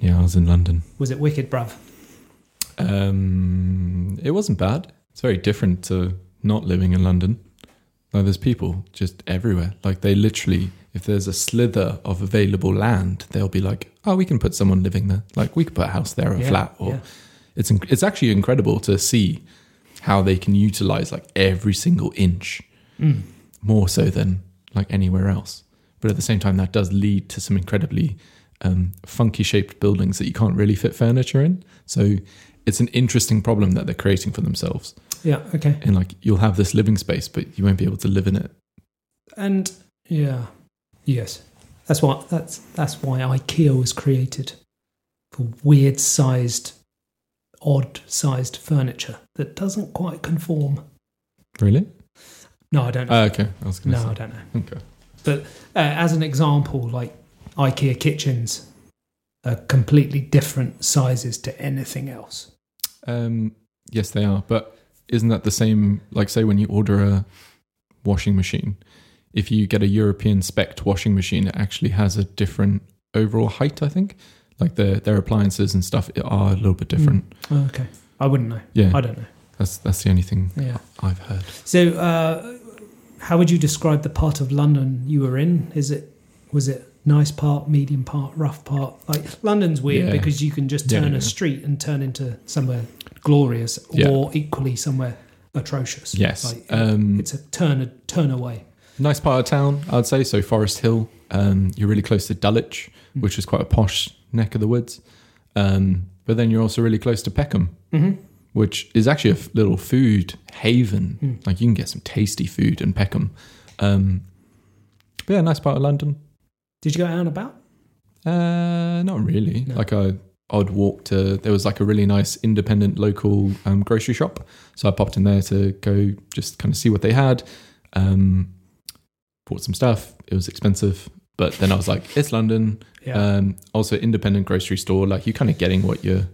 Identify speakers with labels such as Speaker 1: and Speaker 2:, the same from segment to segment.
Speaker 1: Yeah, I was in London.
Speaker 2: Was it wicked, bruv?
Speaker 1: Um, it wasn't bad. It's very different to not living in London. Like there's people just everywhere. Like they literally, if there's a slither of available land, they'll be like, "Oh, we can put someone living there. Like we could put a house there, or a
Speaker 2: Yeah,
Speaker 1: flat." Or
Speaker 2: yeah.
Speaker 1: it's inc- it's actually incredible to see how they can utilize like every single inch
Speaker 2: Mm.
Speaker 1: more so than like anywhere else. But at the same time, that does lead to some incredibly um, funky shaped buildings that you can't really fit furniture in. So it's an interesting problem that they're creating for themselves.
Speaker 2: Yeah, okay.
Speaker 1: And like you'll have this living space, but you won't be able to live in it.
Speaker 2: And yeah, yes, that's why that's that's why IKEA was created for weird sized, odd sized furniture that doesn't quite conform.
Speaker 1: Really?
Speaker 2: No, I don't. know.
Speaker 1: Ah, okay. I was going to
Speaker 2: no, I don't know.
Speaker 1: say. Okay.
Speaker 2: But uh, as an example, like IKEA kitchens are completely different sizes to anything else.
Speaker 1: Um, yes, they are. But isn't that the same? Like, say, when you order a washing machine, if you get a European spec washing machine, it actually has a different overall height, I think. Like, their, their appliances and stuff are a little bit different.
Speaker 2: Mm. Okay, I wouldn't know. I
Speaker 1: Yeah.
Speaker 2: don't know.
Speaker 1: That's, that's the only thing
Speaker 2: Yeah.
Speaker 1: I've heard.
Speaker 2: So, uh, how would you describe the part of London you were in? Is it was it nice part, medium part, rough part? Like London's weird
Speaker 1: Yeah.
Speaker 2: because you can just
Speaker 1: Yeah,
Speaker 2: turn
Speaker 1: yeah,
Speaker 2: a
Speaker 1: yeah.
Speaker 2: street and turn into somewhere glorious,
Speaker 1: Yeah.
Speaker 2: or equally somewhere atrocious.
Speaker 1: Yes.
Speaker 2: like,
Speaker 1: um,
Speaker 2: it's a turn a turn away.
Speaker 1: Nice part of town, I'd say. So Forest Hill, um, you're really close to Dulwich,
Speaker 2: Mm.
Speaker 1: which is quite a posh neck of the woods. Um, but then you're also really close to Peckham, which is actually a f- little food haven. Like you can get some tasty food in Peckham. Um, but yeah, nice part of London.
Speaker 2: Did you go out and about?
Speaker 1: Uh, not really.
Speaker 2: No.
Speaker 1: Like I, I'd walk to. There was like a really nice independent local um, grocery shop, so I popped in there to go just kind of see what they had. Um, bought some stuff. It was expensive, but then I was like, it's London. Um, also, independent grocery store. Like you're kind of getting what you're,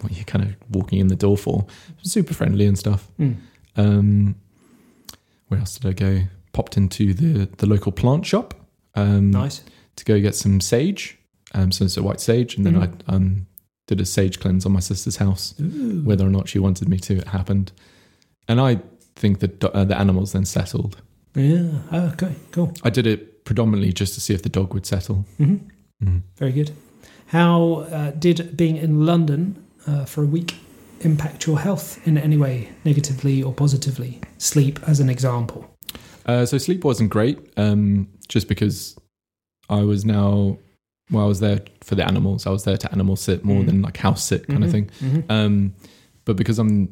Speaker 1: what you're kind of walking in the door for. Super friendly and stuff.
Speaker 2: Mm.
Speaker 1: Um, where else did I go? Popped into the the local plant shop. Um,
Speaker 2: nice.
Speaker 1: to go get some sage, um, so it's a white sage, and then
Speaker 2: Mhm.
Speaker 1: I um, did a sage cleanse on my sister's house.
Speaker 2: Ooh.
Speaker 1: Whether or not she wanted me to, it happened, and I think that do- uh, the animals then settled.
Speaker 2: Yeah. Oh, okay. Cool.
Speaker 1: I did it predominantly just to see if the dog would settle.
Speaker 2: hmm
Speaker 1: Mm.
Speaker 2: Very good. How uh, did being in London uh, for a week impact your health in any way, negatively or positively? Sleep, as an example.
Speaker 1: Uh, so sleep wasn't great, um, just because I was now, well, I was there for the animals. I was there to animal sit more
Speaker 2: Mm.
Speaker 1: than like house sit kind of thing.
Speaker 2: Mm-hmm.
Speaker 1: Um, but because I'm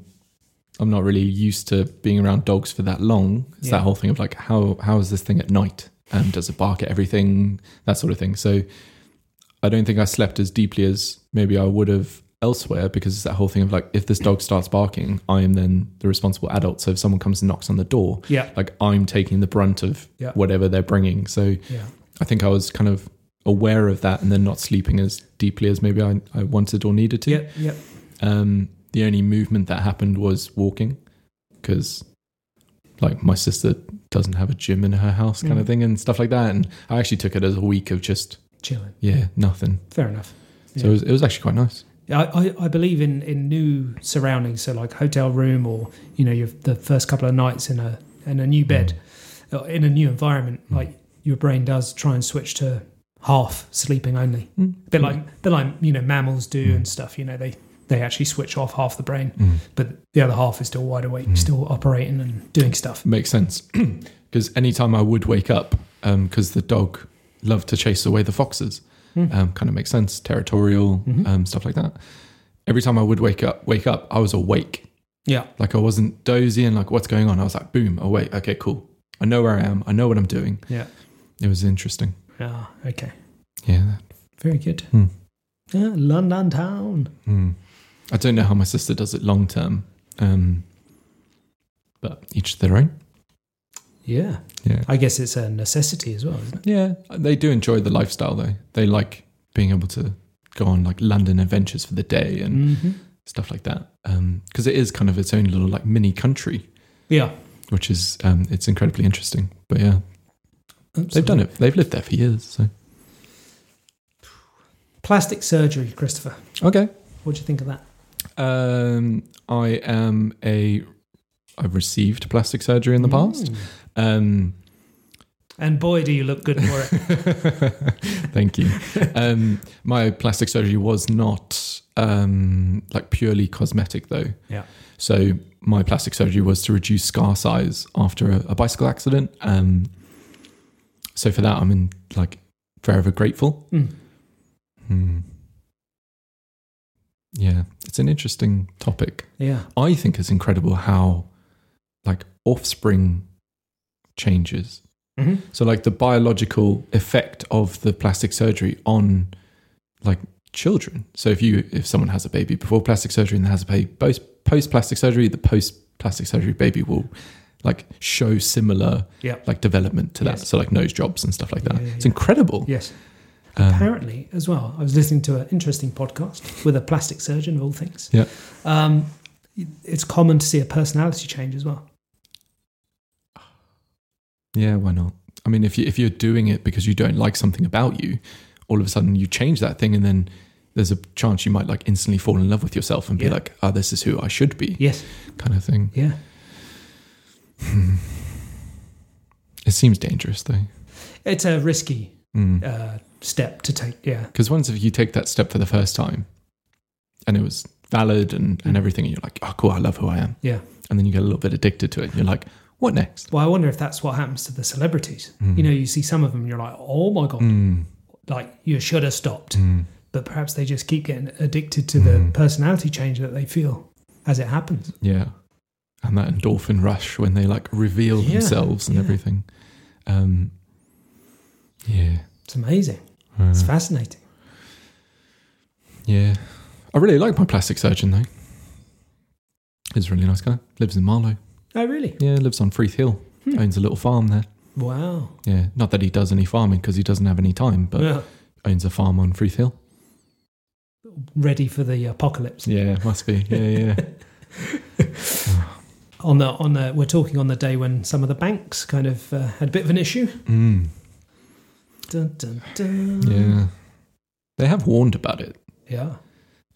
Speaker 1: I'm not really used to being around dogs for that long, it's
Speaker 2: Yeah.
Speaker 1: that whole thing of like how how is this thing at night? Um, does it bark at everything? That sort of thing. So I don't think I slept as deeply as maybe I would have elsewhere because it's that whole thing of like if this dog starts barking, I am then the responsible adult. So if someone comes and knocks on the door,
Speaker 2: Yeah.
Speaker 1: like I'm taking the brunt of
Speaker 2: Yeah.
Speaker 1: whatever they're bringing. So
Speaker 2: Yeah.
Speaker 1: I think I was kind of aware of that and then not sleeping as deeply as maybe I, I wanted or needed to.
Speaker 2: Yep. Yep.
Speaker 1: Um, the only movement that happened was walking because, like, my sister doesn't have a gym in her house, kind
Speaker 2: Mm.
Speaker 1: of thing, and stuff like that. And I actually took it as a week of just,
Speaker 2: Chilling.
Speaker 1: yeah, nothing.
Speaker 2: Fair enough.
Speaker 1: So it was, it was actually quite nice.
Speaker 2: I, I, I believe in, in new surroundings, so like hotel room or you know your, the first couple of nights in a in a new bed, uh, in a new environment. Like your brain does try and switch to half sleeping only.
Speaker 1: Mm.
Speaker 2: They're like they're like you know mammals do
Speaker 1: Hmm.
Speaker 2: and stuff. You know they they actually switch off half the brain,
Speaker 1: Mm.
Speaker 2: but the other half is still wide
Speaker 1: Hmm.
Speaker 2: awake, still operating and doing stuff.
Speaker 1: Makes sense. Because anytime I would wake up, because the dog loved to chase away the foxes,
Speaker 2: Hmm.
Speaker 1: um, kind of makes sense, territorial,
Speaker 2: Mm-hmm.
Speaker 1: um, stuff like that. Every time I would wake up, wake up, I was awake.
Speaker 2: Yeah,
Speaker 1: Like I wasn't dozy and like what's going on. I was like, boom, awake. Okay, cool. I know where I am. I know what I'm doing.
Speaker 2: yeah,
Speaker 1: It was interesting.
Speaker 2: yeah. Okay,
Speaker 1: Yeah.
Speaker 2: very good.
Speaker 1: Hmm.
Speaker 2: Yeah, London town.
Speaker 1: Mm. I don't know how my sister does it long term, um, but each their own.
Speaker 2: Yeah,
Speaker 1: Yeah.
Speaker 2: I guess it's a necessity as well, isn't it?
Speaker 1: Yeah. They do enjoy the lifestyle though. They like being able to go on like London adventures for the day and
Speaker 2: Mm-hmm.
Speaker 1: stuff like that. Because it is kind of its own little like mini country,
Speaker 2: Yeah.
Speaker 1: which is um, it's incredibly interesting. But yeah, they've done it. They've lived there for years. So
Speaker 2: Plastic surgery, Christopher.
Speaker 1: Okay.
Speaker 2: What do you think of that?
Speaker 1: Um, I am a. I've received plastic surgery in the past.
Speaker 2: Mm.
Speaker 1: Um,
Speaker 2: And boy, do you look good for it.
Speaker 1: Thank you. Um, my plastic surgery was not um, like purely cosmetic, though.
Speaker 2: Yeah.
Speaker 1: So my plastic surgery was to reduce scar size after a, a bicycle accident. Um, so for that, I'm in like forever grateful.
Speaker 2: Mm.
Speaker 1: Hmm. Yeah, it's an interesting topic.
Speaker 2: Yeah.
Speaker 1: I think it's incredible how like offspring changes.
Speaker 2: hmm
Speaker 1: So like the biological effect of the plastic surgery on like children. So if you if someone has a baby before plastic surgery and has a baby post post plastic surgery, the post plastic surgery baby will like show similar
Speaker 2: Yeah.
Speaker 1: like development to that.
Speaker 2: Yes.
Speaker 1: So like nose jobs and stuff like that.
Speaker 2: Yeah, yeah,
Speaker 1: It's
Speaker 2: yeah.
Speaker 1: incredible.
Speaker 2: Yes.
Speaker 1: Um,
Speaker 2: Apparently, as well, I was listening to an interesting podcast with a plastic surgeon of all things.
Speaker 1: Yeah.
Speaker 2: Um, it's common to see a personality change as well.
Speaker 1: yeah, why not? I mean, if you if you're doing it because you don't like something about you, all of a sudden you change that thing, and then there's a chance you might like instantly fall in love with yourself and be
Speaker 2: Yeah.
Speaker 1: like, "Ah, this is who I should be,"
Speaker 2: Yes.
Speaker 1: kind of thing. Hmm.
Speaker 2: Yeah.
Speaker 1: It seems dangerous though.
Speaker 2: It's a risky
Speaker 1: Because
Speaker 2: uh, step to take. Yeah.
Speaker 1: once if you take that step for the first time and it was valid and, and everything, and you're like, oh, cool, I love who I am.
Speaker 2: Mm. Yeah.
Speaker 1: And then you get a little bit addicted to it. And you're like, what next?
Speaker 2: Well, I wonder if that's what happens to the celebrities.
Speaker 1: Hmm.
Speaker 2: You know, you see some of them, you're like, oh my God,
Speaker 1: Mm,
Speaker 2: like you should have stopped.
Speaker 1: mm.
Speaker 2: But perhaps they just keep getting addicted to the
Speaker 1: Mm.
Speaker 2: personality change that they feel as it happens.
Speaker 1: Yeah. And that endorphin rush when they like reveal
Speaker 2: Yeah,
Speaker 1: themselves and
Speaker 2: yeah.
Speaker 1: everything. Um, yeah.
Speaker 2: It's amazing.
Speaker 1: Uh,
Speaker 2: It's fascinating.
Speaker 1: yeah. I really like my plastic surgeon though. He's a really nice guy. Lives in Marlow.
Speaker 2: Oh, really?
Speaker 1: Yeah, lives on Freeth Hill.
Speaker 2: Hmm.
Speaker 1: Owns a little farm there.
Speaker 2: Wow.
Speaker 1: Yeah, not that he does any farming because he doesn't have any time, but
Speaker 2: Yeah.
Speaker 1: owns a farm on Freeth Hill.
Speaker 2: Ready for the apocalypse.
Speaker 1: Yeah, must be. Yeah, yeah.
Speaker 2: On the on the we're talking on the day when some of the banks kind of uh, had a bit of an issue.
Speaker 1: mm,
Speaker 2: Dun, dun, dun.
Speaker 1: yeah. They have warned about it.
Speaker 2: Yeah.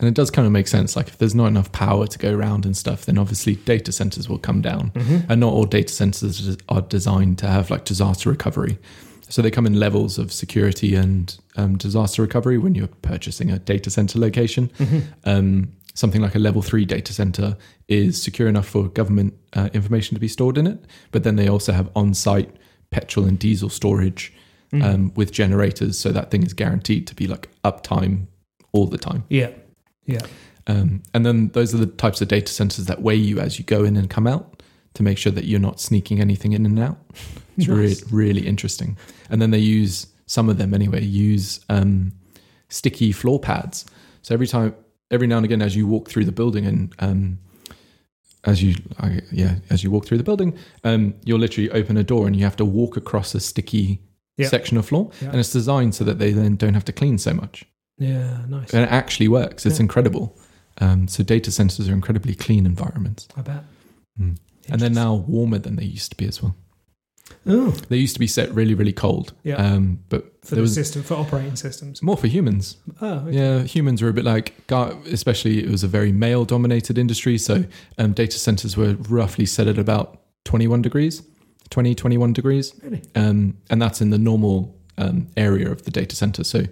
Speaker 1: And it does kind of make sense. Like, if there's not enough power to go around and stuff, then obviously data centers will come down.
Speaker 2: Mhm.
Speaker 1: And not all data centers are designed to have like disaster recovery. So they come in levels of security and um, disaster recovery when you're purchasing a data center location. Um, something like a level three data center is secure enough for government uh, information to be stored in it, but then they also have on site petrol and diesel storage um, with generators, so that thing is guaranteed to be like uptime all the time.
Speaker 2: Yeah. Yeah.
Speaker 1: Um, and then those are the types of data centers that weigh you as you go in and come out to make sure that you're not sneaking anything in and out. It's
Speaker 2: Nice.
Speaker 1: re- really interesting. And then they use some of them anyway. Use um, sticky floor pads. So every time, every now and again, as you walk through the building and um, as you, I, yeah, as you walk through the building, um, you'll literally open a door and you have to walk across a sticky
Speaker 2: Yeah.
Speaker 1: section of floor.
Speaker 2: Yeah.
Speaker 1: And it's designed so that they then don't have to clean so much
Speaker 2: Yeah. Nice.
Speaker 1: and it actually works. It's
Speaker 2: Yeah.
Speaker 1: incredible. Um, so data centers are incredibly clean environments,
Speaker 2: I bet.
Speaker 1: Mm. and they're now warmer than they used to be as well.
Speaker 2: Oh,
Speaker 1: They used to be set really, really cold,
Speaker 2: Yeah.
Speaker 1: um, but
Speaker 2: for
Speaker 1: there
Speaker 2: the
Speaker 1: was
Speaker 2: system for operating systems.
Speaker 1: more for humans.
Speaker 2: Oh, okay.
Speaker 1: Yeah, humans were a bit like, gar- especially it was a very male-dominated industry, so um, data centers were roughly set at about 21 degrees, 20, 21 degrees.
Speaker 2: Really?
Speaker 1: um, and that's in the normal um, area of the data center. So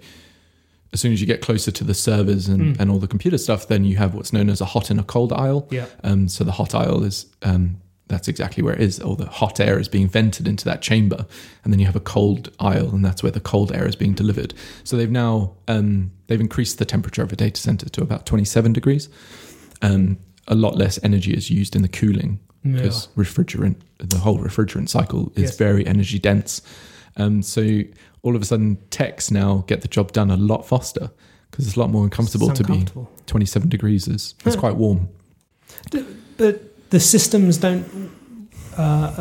Speaker 1: as soon as you get closer to the servers and,
Speaker 2: Mm.
Speaker 1: and all the computer stuff, then you have what's known as a hot and a cold aisle.
Speaker 2: Yeah.
Speaker 1: Um, so the hot aisle is um, that's exactly where it is. All the hot air is being vented into that chamber, and then you have a cold aisle, and that's where the cold air is being delivered. So they've now um, they've increased the temperature of a data center to about 27 degrees. Um, a lot less energy is used in the cooling
Speaker 2: Yeah.
Speaker 1: because refrigerant, the whole refrigerant cycle is
Speaker 2: Yes.
Speaker 1: very energy dense. Um, so all of a sudden, techs now get the job done a lot faster because it's a lot more uncomfortable
Speaker 2: Sound
Speaker 1: to be
Speaker 2: comfortable.
Speaker 1: 27 degrees. Is it's
Speaker 2: Huh.
Speaker 1: quite warm.
Speaker 2: But the systems don't. Uh,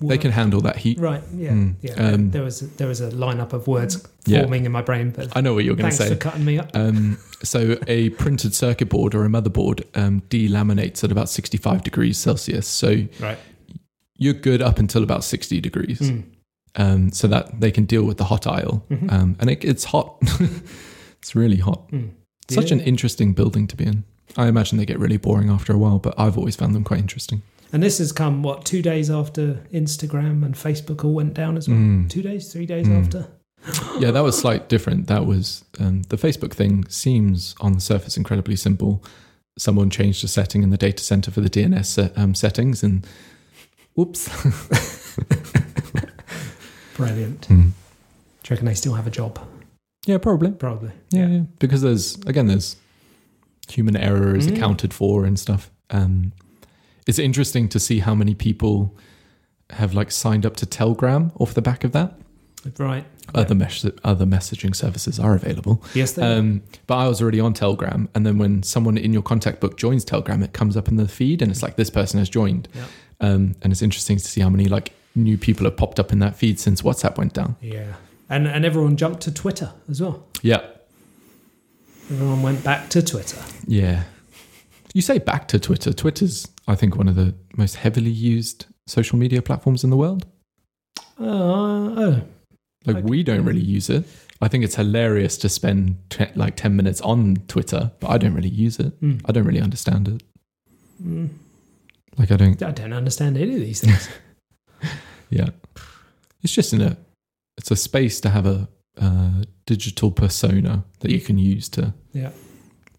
Speaker 1: They
Speaker 2: work-
Speaker 1: can handle that heat.
Speaker 2: Right. Yeah.
Speaker 1: Mm.
Speaker 2: Yeah.
Speaker 1: Um,
Speaker 2: there was there was a lineup of words
Speaker 1: Yeah.
Speaker 2: forming in my brain, but
Speaker 1: I know what you're going to
Speaker 2: thanks for
Speaker 1: say.
Speaker 2: cutting me up.
Speaker 1: Um, so a printed circuit board or a motherboard um, delaminates at about 65 degrees Celsius. So
Speaker 2: Right.
Speaker 1: you're good up until about 60 degrees.
Speaker 2: Mm.
Speaker 1: um, so that they can deal with the hot aisle.
Speaker 2: Mhm.
Speaker 1: Um, and it, it's hot. It's really hot.
Speaker 2: Mm.
Speaker 1: Such
Speaker 2: Yeah.
Speaker 1: an interesting building to be in. I imagine they get really boring after a while, but I've always found them quite interesting.
Speaker 2: And this has come what two days after Instagram and Facebook all went down as well.
Speaker 1: Mm.
Speaker 2: Two days, three days
Speaker 1: Mm.
Speaker 2: after.
Speaker 1: Yeah, that was slightly different. That was um, the Facebook thing seems on the surface incredibly simple. Someone changed a setting in the data center for the DNS se- um, settings, and oops.
Speaker 2: Brilliant.
Speaker 1: Hmm.
Speaker 2: Do you reckon they still have a job?
Speaker 1: Yeah, probably.
Speaker 2: Probably.
Speaker 1: Yeah, yeah. Because there's again, there's human error is
Speaker 2: Mm.
Speaker 1: accounted for and stuff. Um, it's interesting to see how many people have like signed up to Telegram off the back of that.
Speaker 2: Right.
Speaker 1: Other mesh- other messaging services are available.
Speaker 2: Yes, they are.
Speaker 1: Um, but I was already on Telegram, and then when someone in your contact book joins Telegram, it comes up in the feed, and it's like this person has joined.
Speaker 2: Yeah.
Speaker 1: Um, and it's interesting to see how many like new people have popped up in that feed since WhatsApp went down.
Speaker 2: Yeah. And, and everyone jumped to Twitter as well.
Speaker 1: Yeah,
Speaker 2: Everyone went back to Twitter.
Speaker 1: yeah. You say back to Twitter. Twitter's, I think, one of the most heavily used social media platforms in the world.
Speaker 2: Uh, oh,
Speaker 1: Like
Speaker 2: Okay.
Speaker 1: we don't really use it. I think it's hilarious to spend te- like ten minutes on Twitter, but I don't really use it.
Speaker 2: Hmm.
Speaker 1: I don't really understand it.
Speaker 2: Mm.
Speaker 1: Like I don't.
Speaker 2: I don't understand any of these things.
Speaker 1: Yeah. It's just in a it's a space to have a uh, digital persona that you can use to
Speaker 2: Yeah.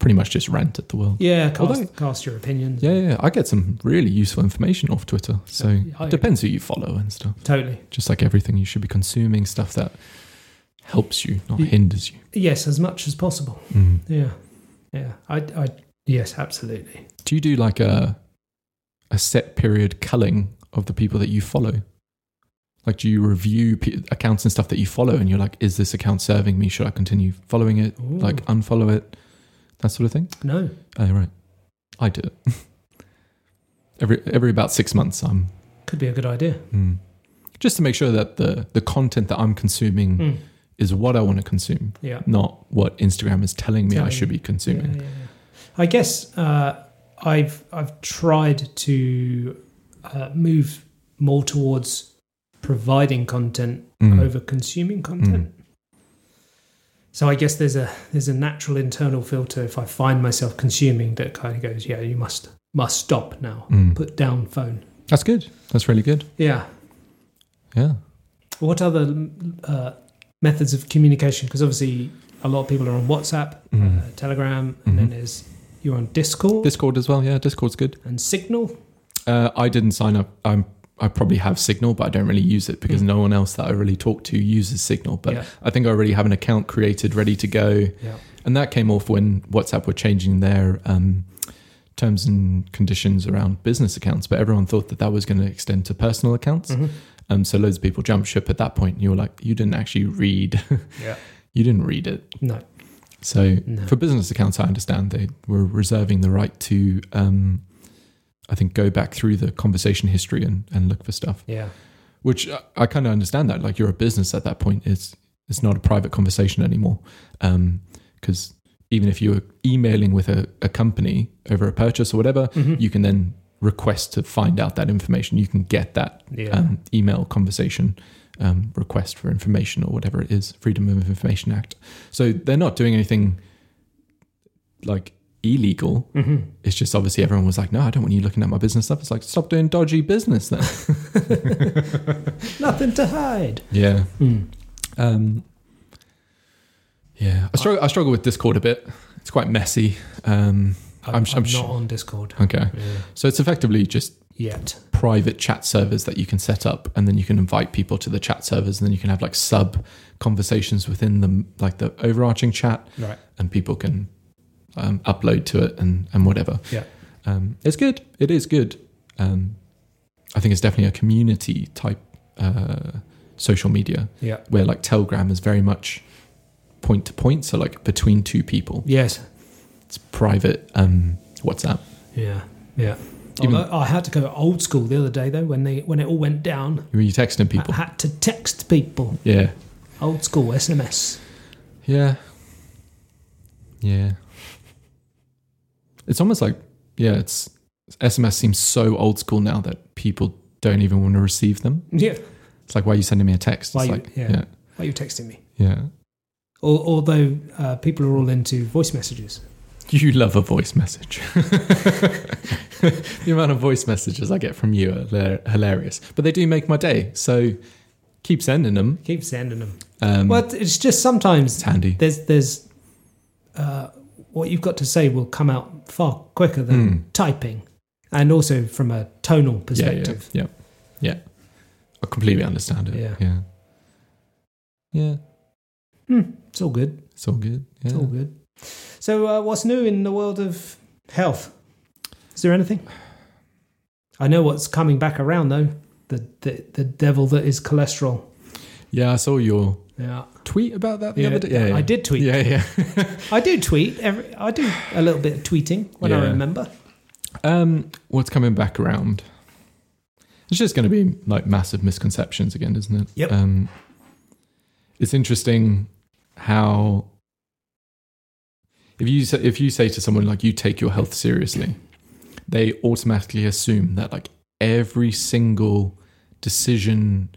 Speaker 1: pretty much just rant at the world.
Speaker 2: yeah, cast,
Speaker 1: Although-
Speaker 2: cast your opinions.
Speaker 1: Yeah, yeah. I get some really useful information off Twitter. So
Speaker 2: Yeah, I-
Speaker 1: it depends who you follow and stuff.
Speaker 2: Totally.
Speaker 1: Just like everything, you should be consuming stuff that helps you, not
Speaker 2: Yeah.
Speaker 1: hinders you.
Speaker 2: Yes, as much as possible.
Speaker 1: Mm.
Speaker 2: Yeah. Yeah. I, I yes, absolutely.
Speaker 1: Do you do like a a set period culling of the people that you follow? Like, do you review pe accounts and stuff that you follow, and you're like, is this account serving me? Should I continue following it?
Speaker 2: Ooh.
Speaker 1: Like, unfollow it, that sort of thing.
Speaker 2: No.
Speaker 1: Oh, right. I do it every every about six months. I'm
Speaker 2: Could be a good idea.
Speaker 1: mm, just to make sure that the the content that I'm consuming
Speaker 2: Mm.
Speaker 1: is what I want to consume,
Speaker 2: Yeah.
Speaker 1: not what Instagram is telling me I
Speaker 2: Telling
Speaker 1: should be consuming.
Speaker 2: Yeah, yeah, yeah. I guess uh, I've I've tried to uh, move more towards providing content
Speaker 1: Mm.
Speaker 2: over consuming content. So I guess there's a there's a natural internal filter if I find myself consuming that kind of goes, yeah, you must must stop now,
Speaker 1: Mm.
Speaker 2: put down phone.
Speaker 1: That's good. That's really good.
Speaker 2: Yeah.
Speaker 1: Yeah.
Speaker 2: What other uh, methods of communication? Because obviously a lot of people are on WhatsApp,
Speaker 1: Mm.
Speaker 2: uh, Telegram, and then
Speaker 1: Mhm.
Speaker 2: there's you're on Discord
Speaker 1: Discord as well. Yeah, Discord's good.
Speaker 2: and Signal.
Speaker 1: Uh, I didn't sign up. I'm, I probably have Signal, but I don't really use it because
Speaker 2: Mm.
Speaker 1: no one else that I really talk to uses Signal. But
Speaker 2: Yeah.
Speaker 1: I think I already have an account created, ready to go.
Speaker 2: Yeah.
Speaker 1: And that came off when WhatsApp were changing their um, terms and conditions around business accounts. But everyone thought that that was going to extend to personal accounts.
Speaker 2: Mhm.
Speaker 1: Um, so loads of people jumped ship at that point. And you were like, you didn't actually read.
Speaker 2: Yeah.
Speaker 1: you didn't read it.
Speaker 2: No.
Speaker 1: So
Speaker 2: No.
Speaker 1: for business accounts, I understand they were reserving the right to, um, I think, go back through the conversation history and, and look for stuff.
Speaker 2: Yeah.
Speaker 1: Which I, I kind of understand that. Like you're a business at that point. It's it's not a private conversation anymore. Because even if you're emailing with a, a company over a purchase or whatever,
Speaker 2: Mhm.
Speaker 1: you can then request to find out that information. You can get that
Speaker 2: Yeah.
Speaker 1: um, email conversation um, request for information or whatever it is, Freedom of Information Act. So they're not doing anything like illegal.
Speaker 2: Mhm.
Speaker 1: It's just obviously everyone was like, no, I don't want you looking at my business stuff. It's like, stop doing dodgy business then.
Speaker 2: Nothing to hide. Mm.
Speaker 1: yeah. Um, yeah. I struggle, I struggle with Discord a bit. It's quite messy. Um, I'm
Speaker 2: I'm, I'm,
Speaker 1: s- I'm
Speaker 2: not
Speaker 1: sure-
Speaker 2: on Discord
Speaker 1: okay.
Speaker 2: yeah.
Speaker 1: So it's effectively just
Speaker 2: yet.
Speaker 1: private chat servers that you can set up and then you can invite people to the chat servers and then you can have like sub conversations within them like the overarching chat
Speaker 2: Right.
Speaker 1: and people can um, upload to it and and whatever
Speaker 2: Yeah.
Speaker 1: um, it's good it is good um, i think it's definitely a community type uh, social media
Speaker 2: Yeah.
Speaker 1: where like telegram is very much point to point so like between two people
Speaker 2: Yes.
Speaker 1: it's private um, whatsapp
Speaker 2: Yeah. Yeah.
Speaker 1: Even-
Speaker 2: Although I had to go old school the other day though when they when it all went down.
Speaker 1: where you're texting
Speaker 2: I
Speaker 1: people
Speaker 2: had to text people.
Speaker 1: yeah
Speaker 2: Old school SMS.
Speaker 1: Yeah. Yeah. It's almost like yeah, it's SMS seems so old school now that people don't even want to receive them.
Speaker 2: Yeah.
Speaker 1: It's like why are you sending me a text?
Speaker 2: Why
Speaker 1: it's
Speaker 2: you-
Speaker 1: like
Speaker 2: yeah. Why are you texting me?
Speaker 1: yeah.
Speaker 2: Al- although uh, people are all into voice messages.
Speaker 1: You love a voice message. the amount of voice messages I get from you are hila- hilarious, but they do make my day. So keep sending them.
Speaker 2: Keep sending them.
Speaker 1: Um,
Speaker 2: Well, it's just sometimes
Speaker 1: it's handy.
Speaker 2: there's there's uh, what you've got to say will come out far quicker than
Speaker 1: Mm.
Speaker 2: typing, and also from a tonal
Speaker 1: Yeah, yeah,
Speaker 2: perspective.
Speaker 1: yeah, yeah. I completely understand it.
Speaker 2: Yeah.
Speaker 1: yeah, yeah.
Speaker 2: It's all good.
Speaker 1: It's all good. Yeah.
Speaker 2: It's all good. So, uh, what's new in the world of health? Is there anything? I know what's coming back around though. The the, the devil that is cholesterol.
Speaker 1: Yeah, I saw your
Speaker 2: Yeah,
Speaker 1: tweet about that the other day. Yeah, yeah.
Speaker 2: I did tweet.
Speaker 1: Yeah, yeah.
Speaker 2: I do tweet every. I do a little bit of tweeting when I
Speaker 1: Yeah.
Speaker 2: remember.
Speaker 1: Um, what's coming back around? It's just going to be like massive misconceptions again, isn't it?
Speaker 2: Yep.
Speaker 1: Um, it's interesting how if you say, if you say to someone like you take your health seriously, they automatically assume that like every single decision,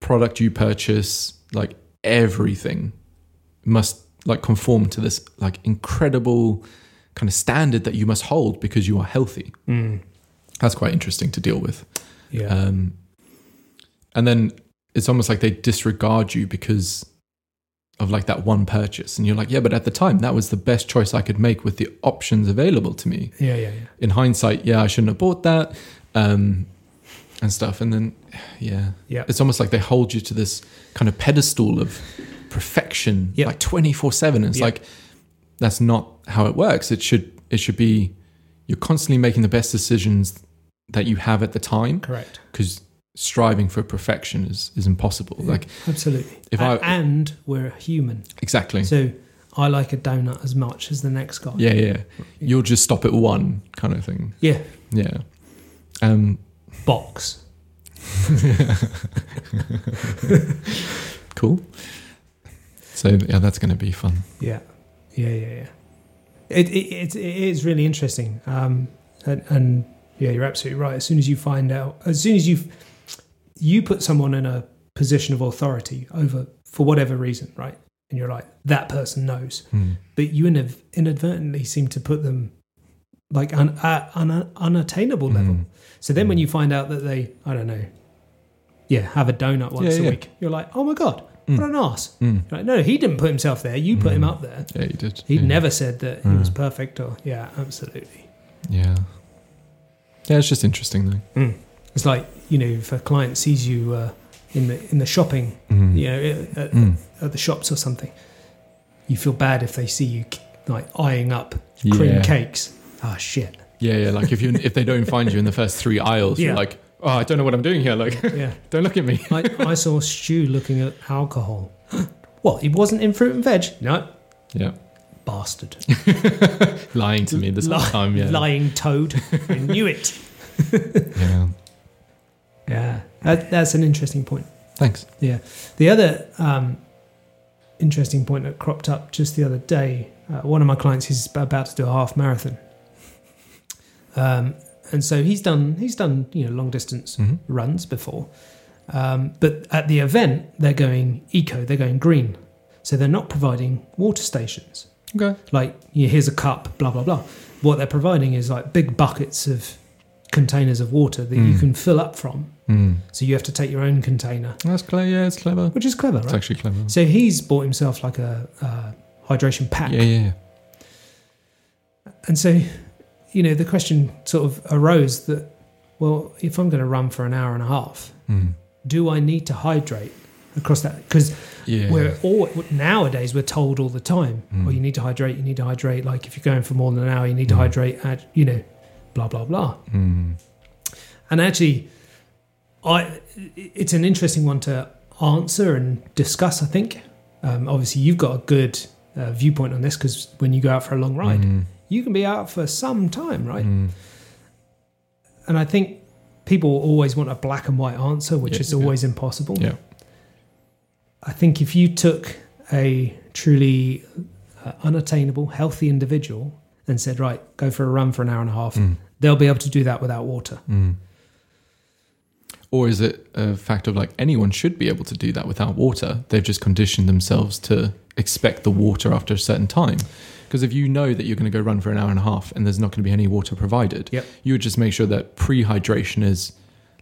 Speaker 1: product you purchase, like everything, must like conform to this like incredible kind of standard that you must hold because you are healthy. That's quite interesting to deal with.
Speaker 2: Yeah.
Speaker 1: Um, and then it's almost like they disregard you because of like that one purchase. And you're like, yeah, but at the time, that was the best choice I could make with the options available to me.
Speaker 2: yeah, yeah, yeah.
Speaker 1: In hindsight, yeah, I shouldn't have bought that um, and stuff. And then, yeah.
Speaker 2: Yeah.
Speaker 1: It's almost like they hold you to this kind of pedestal of perfection,
Speaker 2: Yeah.
Speaker 1: like 24 7. It's
Speaker 2: Yeah.
Speaker 1: like, that's not how it works. It should, it should be, you're constantly making the best decisions that you have at the time
Speaker 2: Correct.
Speaker 1: because striving for perfection is, is impossible. Like
Speaker 2: Absolutely.
Speaker 1: If
Speaker 2: A-
Speaker 1: I-
Speaker 2: and we're human,
Speaker 1: exactly.
Speaker 2: so I like a donut as much as the next guy.
Speaker 1: yeah, yeah. You'll just stop at one kind of thing.
Speaker 2: Yeah.
Speaker 1: Yeah. Um
Speaker 2: Box.
Speaker 1: cool. So yeah, that's gonna be fun.
Speaker 2: Yeah. Yeah, yeah, yeah. It it it's- it is really interesting. Um, and, and yeah, you're absolutely right. As soon as you find out, as soon as you you put someone in a position of authority over for whatever reason, right? And you're like, that person knows.
Speaker 1: Hmm.
Speaker 2: but you inav- inadvertently seem to put them like un- at an unattainable level.
Speaker 1: Mm.
Speaker 2: So then when you find out that they, I don't know, yeah, have a donut once
Speaker 1: Yeah,
Speaker 2: a
Speaker 1: yeah.
Speaker 2: week, you're like, oh my God,
Speaker 1: Mm.
Speaker 2: what an ass.
Speaker 1: Mm.
Speaker 2: You're like, no, he didn't put himself there. You put him
Speaker 1: Mm.
Speaker 2: up there.
Speaker 1: Yeah, you did.
Speaker 2: He
Speaker 1: yeah.
Speaker 2: never said that he was
Speaker 1: Mm.
Speaker 2: perfect or, yeah, absolutely.
Speaker 1: Yeah. Yeah, it's just interesting though.
Speaker 2: Hmm. It's like, you know, if a client sees you uh, in the in the shopping,
Speaker 1: Mm.
Speaker 2: you know, at,
Speaker 1: Mm.
Speaker 2: at the shops or something, you feel bad if they see you like eyeing up cream
Speaker 1: Yeah.
Speaker 2: cakes. Oh, shit.
Speaker 1: yeah, yeah. Like if you if they don't find you in the first three aisles,
Speaker 2: Yeah.
Speaker 1: you're like, oh, I don't know what I'm doing here. Like,
Speaker 2: Yeah.
Speaker 1: don't look at me.
Speaker 2: I, I saw Stu looking at alcohol. what? He wasn't in fruit and veg? No.
Speaker 1: Yeah,
Speaker 2: Bastard.
Speaker 1: lying to me this whole
Speaker 2: Li-
Speaker 1: time. Yeah,
Speaker 2: Lying toad. I knew it.
Speaker 1: yeah.
Speaker 2: Yeah. That, that's an interesting point.
Speaker 1: Thanks.
Speaker 2: The other um, interesting point that cropped up just the other day uh, one of my clients is about to do a half marathon. Um, and so he's done he's done you know long distance
Speaker 1: Mhm.
Speaker 2: runs before, um, but at the event they're going eco they're going green, so they're not providing water stations.
Speaker 1: Okay.
Speaker 2: like you know, here's a cup blah blah blah what they're providing is like big buckets of containers of water that you
Speaker 1: Mm.
Speaker 2: can fill up from
Speaker 1: Mm.
Speaker 2: so you have to take your own container
Speaker 1: That's clever. Yeah, it's clever.
Speaker 2: which is clever
Speaker 1: It's
Speaker 2: right
Speaker 1: actually clever.
Speaker 2: so he's bought himself like a uh, hydration pack
Speaker 1: Yeah, yeah,
Speaker 2: and so you know the question sort of arose that well if i'm going to run for an hour and a half
Speaker 1: yeah. Mm.
Speaker 2: do i need to hydrate across that because
Speaker 1: Yeah.
Speaker 2: we're all nowadays we're told all the time
Speaker 1: Mm.
Speaker 2: oh you need to hydrate you need to hydrate like if you're going for more than an hour you need to
Speaker 1: Mm.
Speaker 2: hydrate add, you know blah blah blah
Speaker 1: Mm.
Speaker 2: And actually, I it's an interesting one to answer and discuss. I think um, obviously you've got a good uh, viewpoint on this because when you go out for a long ride,
Speaker 1: Mm.
Speaker 2: you can be out for some time, right?
Speaker 1: Mm.
Speaker 2: And I think people always want a black and white answer, which
Speaker 1: Yeah,
Speaker 2: is
Speaker 1: yeah.
Speaker 2: always impossible.
Speaker 1: Yeah.
Speaker 2: I think if you took a truly uh, unattainable, healthy individual and said, "Right, go for a run for an hour and a half,"
Speaker 1: Mm.
Speaker 2: they'll be able to do that without water.
Speaker 1: Mm. Or is it a fact of like anyone should be able to do that without water? They've just conditioned themselves to expect the water after a certain time. Because if you know that you're going to go run for an hour and a half and there's not going to be any water provided,
Speaker 2: Yep.
Speaker 1: you would just make sure that pre-hydration is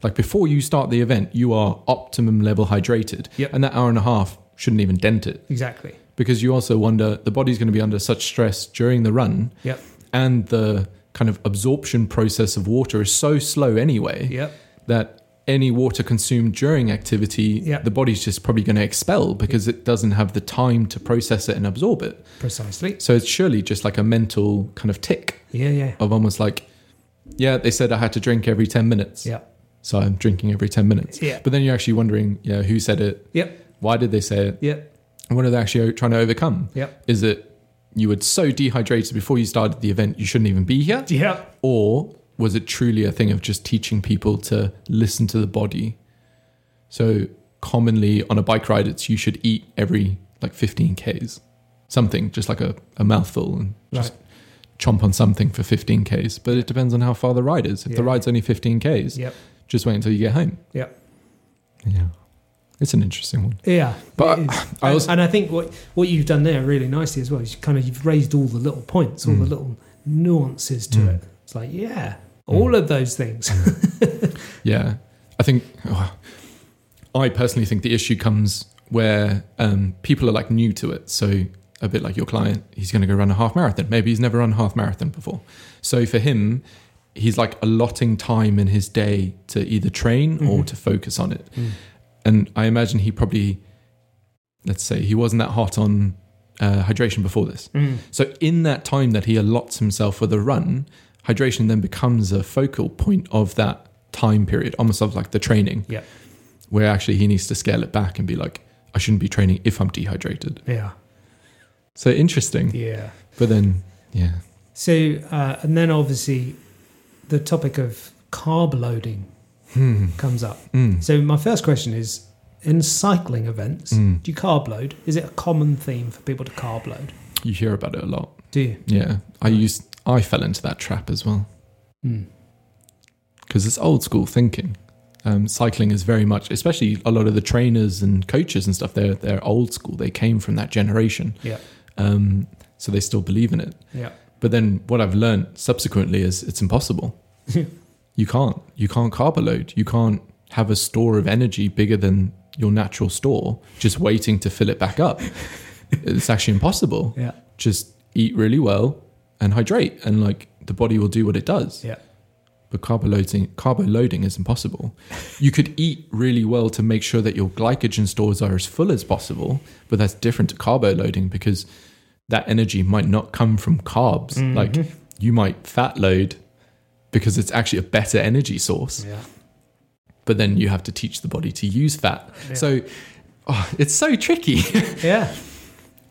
Speaker 1: like before you start the event, you are optimum level hydrated,
Speaker 2: Yep.
Speaker 1: and that hour and a half shouldn't even dent it
Speaker 2: Exactly.
Speaker 1: because you also wonder the body's going to be under such stress during the run
Speaker 2: Yep.
Speaker 1: and the kind of absorption process of water is so slow anyway
Speaker 2: Yep.
Speaker 1: that any water consumed during activity
Speaker 2: Yeah.
Speaker 1: the body's just probably going to expel because it doesn't have the time to process it and absorb it
Speaker 2: Precisely.
Speaker 1: so it's surely just like a mental kind of tick
Speaker 2: Yeah. Yeah.
Speaker 1: of almost like yeah they said i had to drink every 10 minutes
Speaker 2: Yep.
Speaker 1: so i'm drinking every 10 minutes
Speaker 2: Yeah.
Speaker 1: but then you're actually wondering yeah who said it
Speaker 2: Yep.
Speaker 1: why did they say it
Speaker 2: Yep.
Speaker 1: and what are they actually trying to overcome
Speaker 2: Yep.
Speaker 1: is that you were so dehydrated before you started the event you shouldn't even be here
Speaker 2: Yep.
Speaker 1: or was it truly a thing of just teaching people to listen to the body so commonly on a bike ride it's you should eat every like 15 ks something just like a, a mouthful and just chomp on something for 15 ks but it depends on how far the ride is if the
Speaker 2: Yeah.
Speaker 1: ride's only 15 ks
Speaker 2: Yep.
Speaker 1: just wait until you get home
Speaker 2: Yep.
Speaker 1: yeah it's an interesting one
Speaker 2: Yeah.
Speaker 1: But
Speaker 2: It is.
Speaker 1: I
Speaker 2: And-
Speaker 1: also-
Speaker 2: and I think what what you've done there really nicely as well is you kind of you've raised all the little points, all the
Speaker 1: Mm.
Speaker 2: little nuances to
Speaker 1: Mm.
Speaker 2: it. It's like yeah, all of those things.
Speaker 1: Yeah, I think oh, I personally think the issue comes where um, people are like new to it. So a bit like your client, he's going to go run a half marathon. Maybe he's never run a half marathon before. So for him, he's like allotting time in his day to either train or
Speaker 2: Mhm.
Speaker 1: to focus on it. And I imagine he probably, let's say, he wasn't that hot on uh, hydration before this.
Speaker 2: Mm.
Speaker 1: So in that time that he allots himself for the run, hydration then becomes a focal point of that time period, almost of like the training.
Speaker 2: Yep.
Speaker 1: Where actually he needs to scale it back and be like, I shouldn't be training if I'm dehydrated.
Speaker 2: Yeah.
Speaker 1: So interesting.
Speaker 2: Yeah.
Speaker 1: But then yeah.
Speaker 2: So uh, and then obviously the topic of carb loading
Speaker 1: Hmm.
Speaker 2: comes up.
Speaker 1: Mm.
Speaker 2: So my first question is in cycling events,
Speaker 1: Mm.
Speaker 2: do you carb load? Is it a common theme for people to carb load?
Speaker 1: You hear about it a lot.
Speaker 2: Do you?
Speaker 1: Yeah. I used I fell into that trap as well.
Speaker 2: Mm.
Speaker 1: because it's old school thinking. Um, cycling is very much, especially a lot of the trainers and coaches and stuff. They're they're old school. They came from that generation.
Speaker 2: Yeah.
Speaker 1: Um, so they still believe in it.
Speaker 2: Yeah.
Speaker 1: But then what I've learned subsequently is it's impossible. you can't. You can't carb load. You can't have a store of energy bigger than your natural store, just waiting to fill it back up. it's actually impossible.
Speaker 2: Yeah.
Speaker 1: Just eat really well and hydrate, and like the body will do what it does
Speaker 2: Yeah.
Speaker 1: but carbo loading, carbo loading is impossible. You could eat really well to make sure that your glycogen stores are as full as possible, but that's different to carbo loading because that energy might not come from carbs. Like you might fat load because it's actually a better energy source,
Speaker 2: Yeah.
Speaker 1: but then you have to teach the body to use fat.
Speaker 2: Yeah.
Speaker 1: So oh, it's so tricky.
Speaker 2: Yeah.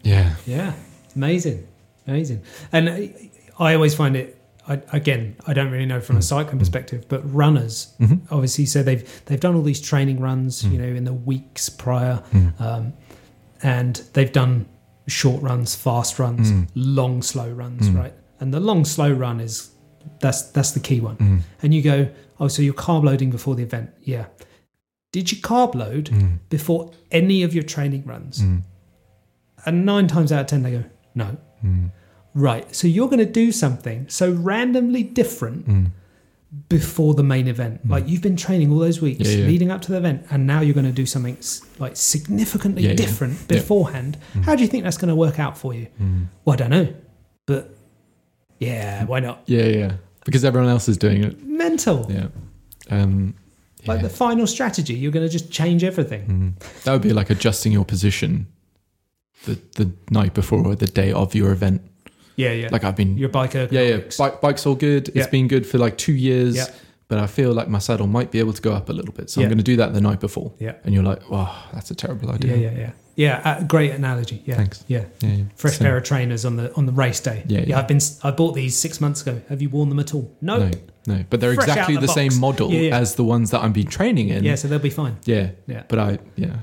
Speaker 1: yeah.
Speaker 2: Yeah, amazing, amazing. And I- I always find it. I, again, I don't really know from a cycling perspective, but runners obviously. So they've they've done all these training runs, you know, in the weeks prior, um, and they've done short runs, fast runs, long slow runs, right? And the long slow run is that's that's the key one. And you go, oh, so you're carb loading before the event, yeah? Did you carb load
Speaker 1: Mm.
Speaker 2: before any of your training runs? And nine times out of ten, they go, no.
Speaker 1: Mm.
Speaker 2: Right. So you're going to do something so randomly different
Speaker 1: Mm.
Speaker 2: before the main event. Like you've been training all those weeks
Speaker 1: Yeah, yeah.
Speaker 2: leading up to the event, and now you're going to do something s- like significantly
Speaker 1: Yeah, yeah.
Speaker 2: different
Speaker 1: Yeah. Mm.
Speaker 2: beforehand. How do you think that's going to work out for you? Well, I don't know. But yeah, why not?
Speaker 1: Yeah. Yeah. Because everyone else is doing it.
Speaker 2: Mental.
Speaker 1: Yeah. Um,
Speaker 2: Like
Speaker 1: yeah.
Speaker 2: the final strategy, you're going to just change
Speaker 1: Mm.
Speaker 2: everything.
Speaker 1: That would be like adjusting your position the the night before or the day of your event.
Speaker 2: Yeah, yeah.
Speaker 1: Like I've been
Speaker 2: your bike ergonomics.
Speaker 1: yeah yeah bike, bike's all good.
Speaker 2: Yeah.
Speaker 1: It's been good for like two years,
Speaker 2: Yeah.
Speaker 1: but I feel like my saddle might be able to go up a little bit, so
Speaker 2: Yeah.
Speaker 1: I'm going to do that the night before.
Speaker 2: Yeah.
Speaker 1: and you're like, wow, that's a terrible idea.
Speaker 2: Yeah, yeah, yeah. Yeah, uh, great analogy. Yeah,
Speaker 1: Thanks.
Speaker 2: Yeah,
Speaker 1: yeah, yeah.
Speaker 2: fresh
Speaker 1: So-
Speaker 2: pair of trainers on the on the race day.
Speaker 1: Yeah, yeah.
Speaker 2: I've been s- I bought these six months ago. Have you worn them at all? No.
Speaker 1: No, no, but they're
Speaker 2: Fresh out
Speaker 1: exactly
Speaker 2: the
Speaker 1: the, same
Speaker 2: box.
Speaker 1: model
Speaker 2: Yeah, yeah.
Speaker 1: as the ones that I've been training in.
Speaker 2: Yeah, so they'll be fine.
Speaker 1: Yeah.
Speaker 2: Yeah.
Speaker 1: But I, yeah,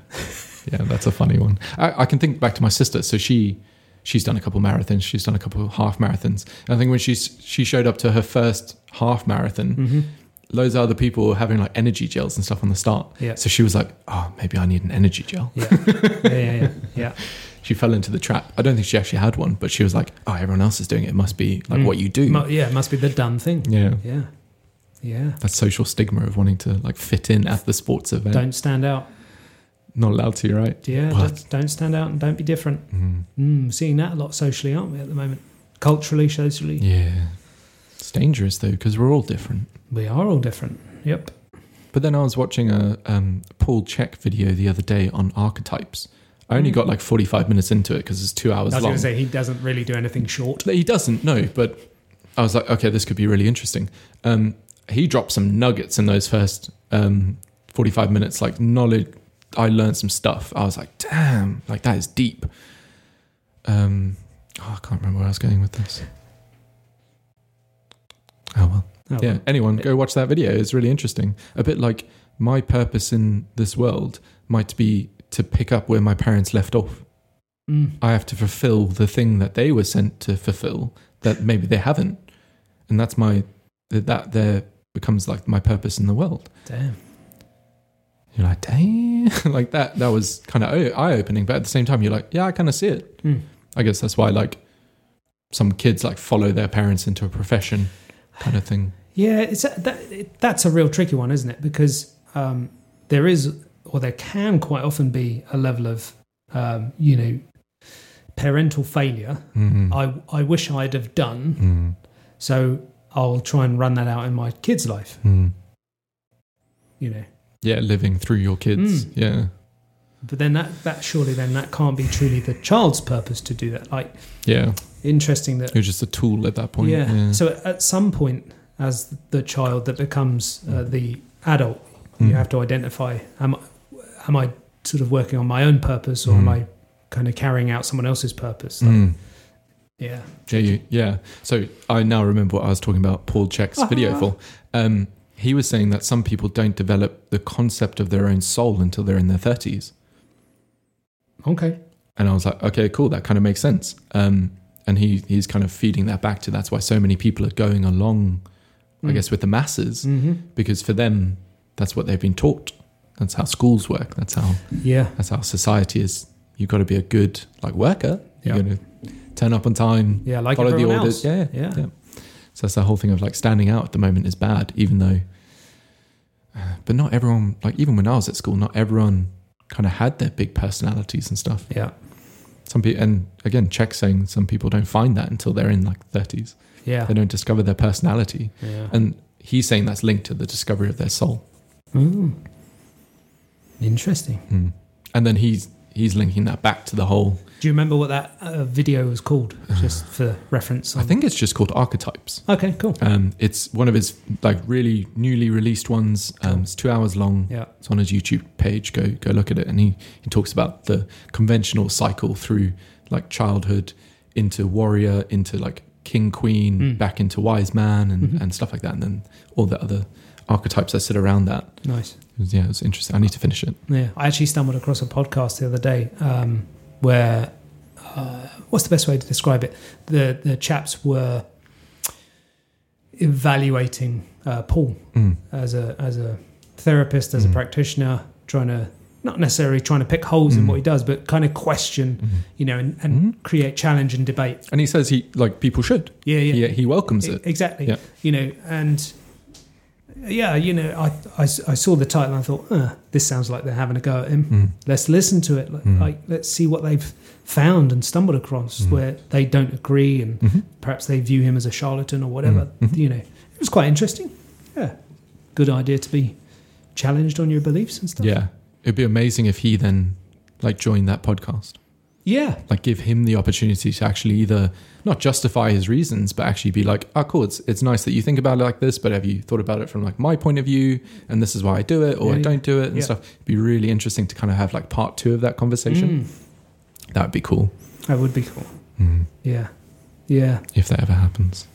Speaker 1: yeah, that's a funny one. I, I can think back to my sister. So she, she's done a couple marathons. She's
Speaker 2: Mm-hmm.
Speaker 1: done a couple half marathons. And I think when she she showed up to her first half marathon, loads of other people were having like energy gels and stuff on the start.
Speaker 2: Yeah.
Speaker 1: So she was like, oh, maybe I need an energy gel.
Speaker 2: Yeah. yeah, yeah, yeah, yeah.
Speaker 1: She fell into the trap. I don't think she actually had one, but she was like, oh, everyone else is doing it. It must be like
Speaker 2: Mm.
Speaker 1: what you do.
Speaker 2: Mu- yeah, it must be the done thing.
Speaker 1: yeah.
Speaker 2: Yeah, yeah.
Speaker 1: That social stigma of wanting to like fit in at the sports event.
Speaker 2: Don't stand out.
Speaker 1: Not allowed to, right?
Speaker 2: Yeah,
Speaker 1: What?
Speaker 2: don't, don't stand out and don't be different.
Speaker 1: Mm.
Speaker 2: Mm, seeing that a lot socially, aren't we, at the moment? Culturally, socially,
Speaker 1: Yeah. It's dangerous though, because we're all different.
Speaker 2: we are all different. Yep.
Speaker 1: But then I was watching a um, Paul Check video the other day on archetypes. I only
Speaker 2: Mm.
Speaker 1: got like 45 minutes into it because it's two hours
Speaker 2: I was going
Speaker 1: long.
Speaker 2: to say he doesn't really do anything short.
Speaker 1: He doesn't, no, but I was like, okay, this could be really interesting. Um, he dropped some nuggets in those first um, 45 minutes, like knowledge. I learned some stuff. I was like, damn, like that is deep. Um, oh, I can't remember where I was going with this. Oh, well
Speaker 2: Oh,
Speaker 1: yeah anyone go watch that video it's really interesting a bit like my purpose in this world might be to pick up where my parents left off
Speaker 2: Mm.
Speaker 1: i have to fulfill the thing that they were sent to fulfill that maybe they haven't and that's my that that there becomes like my purpose in the world
Speaker 2: Damn.
Speaker 1: you're like damn like that that was kind of eye-opening but at the same time you're like yeah i kind of see it
Speaker 2: Mm.
Speaker 1: i guess that's why like some kids like follow their parents into a profession kind of thing
Speaker 2: Yeah, it's a, that, it, that's a real tricky one, isn't it? Because um, there is, or there can quite often be, a level of, um, you know, parental failure.
Speaker 1: mm-hmm.
Speaker 2: I, I wish I'd have done,
Speaker 1: mm
Speaker 2: so I'll try and run that out in my kid's life,
Speaker 1: mm
Speaker 2: you know.
Speaker 1: Yeah, living through your kids.
Speaker 2: Mm.
Speaker 1: Yeah.
Speaker 2: But then that, that surely then that can't be truly the child's purpose to do that. Like,
Speaker 1: Yeah.
Speaker 2: interesting that
Speaker 1: You're just a tool at that point.
Speaker 2: Yeah.
Speaker 1: Yeah.
Speaker 2: So at some point, as the child that becomes uh, the adult,
Speaker 1: Mm.
Speaker 2: you have to identify: am am I sort of working on my own purpose, or am
Speaker 1: Mm.
Speaker 2: I kind of carrying out someone else's purpose? Like,
Speaker 1: Mm.
Speaker 2: Yeah.
Speaker 1: Yeah, you, yeah. So I now remember what I was talking about Paul Check's video
Speaker 2: Ah.
Speaker 1: for. Um, he was saying that some people don't develop the concept of their own soul until they're in their 30s.
Speaker 2: Okay.
Speaker 1: And I was like, okay, cool. That kind of makes sense. Um, and he, he's kind of feeding that back to that's why so many people are going along, I
Speaker 2: Mm.
Speaker 1: guess, with the masses,
Speaker 2: hmm
Speaker 1: because for them, that's what they've been taught. That's how schools work. That's how
Speaker 2: Yeah.
Speaker 1: that's how society is. You've got to be a good like worker. You're
Speaker 2: Yeah.
Speaker 1: going to turn up on time,
Speaker 2: Yeah. Like
Speaker 1: follow the
Speaker 2: everyone
Speaker 1: orders.
Speaker 2: else.
Speaker 1: Yeah, yeah,
Speaker 2: Yeah.
Speaker 1: yeah. So that's the whole thing of like standing out at the moment is bad, even though. But not everyone, like even when I was at school, not everyone kind of had their big personalities and stuff.
Speaker 2: Yeah.
Speaker 1: Some people, and again, check saying some people don't find that until they're in like thirties.
Speaker 2: Yeah.
Speaker 1: They don't discover their personality,
Speaker 2: Yeah.
Speaker 1: and he's saying that's linked to the discovery of their soul.
Speaker 2: Mm. Interesting.
Speaker 1: Mm. And then he's he's linking that back to the whole.
Speaker 2: Do you remember what that uh, video was called? Just for reference.
Speaker 1: I
Speaker 2: on-
Speaker 1: think it's just called archetypes.
Speaker 2: Okay. Cool.
Speaker 1: Um, it's one of his like really newly released ones. Um, it's two hours long.
Speaker 2: Yeah.
Speaker 1: It's on his YouTube page. Go go look at it. And he, he talks about the conventional cycle through like childhood into warrior, into like king queen,
Speaker 2: Mm.
Speaker 1: back into wise man, and,
Speaker 2: Mhm.
Speaker 1: and stuff like that. And then all the other archetypes that sit around that.
Speaker 2: Nice.
Speaker 1: It was- yeah, it was interesting. I need to finish it.
Speaker 2: Yeah, I actually stumbled across a podcast the other day um, where uh, what's the best way to describe it? The the chaps were evaluating uh, Paul
Speaker 1: Mm.
Speaker 2: as a as a therapist, as a
Speaker 1: Mm.
Speaker 2: practitioner, trying to not necessarily trying to pick holes in
Speaker 1: Mm.
Speaker 2: what he does, but kind of question,
Speaker 1: Mhm.
Speaker 2: you know, and, and create challenge and debate.
Speaker 1: And he says he like people should.
Speaker 2: Yeah, yeah,
Speaker 1: He, he welcomes
Speaker 2: E-
Speaker 1: it.
Speaker 2: Exactly.
Speaker 1: Yeah.
Speaker 2: You know, and yeah, you know, I, I, I saw the title and I thought, uh, this sounds like they're having a go at him.
Speaker 1: Mm.
Speaker 2: Let's listen to it. Like,
Speaker 1: Mm.
Speaker 2: like, let's see what they've found and stumbled across
Speaker 1: Mm.
Speaker 2: where they don't agree and
Speaker 1: Mhm.
Speaker 2: perhaps they view him as a charlatan or whatever.
Speaker 1: Mm. Mhm.
Speaker 2: You know, it was quite interesting. Yeah. Good idea to be challenged on your beliefs and stuff.
Speaker 1: Yeah, it'd be amazing if he then like joined that podcast.
Speaker 2: Yeah.
Speaker 1: like give him the opportunity to actually either not justify his reasons but actually be like oh cool it's it's nice that you think about it like this but have you thought about it from like my point of view and this is why i do it or
Speaker 2: Yeah,
Speaker 1: i
Speaker 2: yeah.
Speaker 1: don't do it and
Speaker 2: Yeah.
Speaker 1: stuff it'd be really interesting to kind of have like part two of that conversation
Speaker 2: Mm.
Speaker 1: that would be cool mm,
Speaker 2: That would be cool. Yeah. Yeah.
Speaker 1: if that ever happens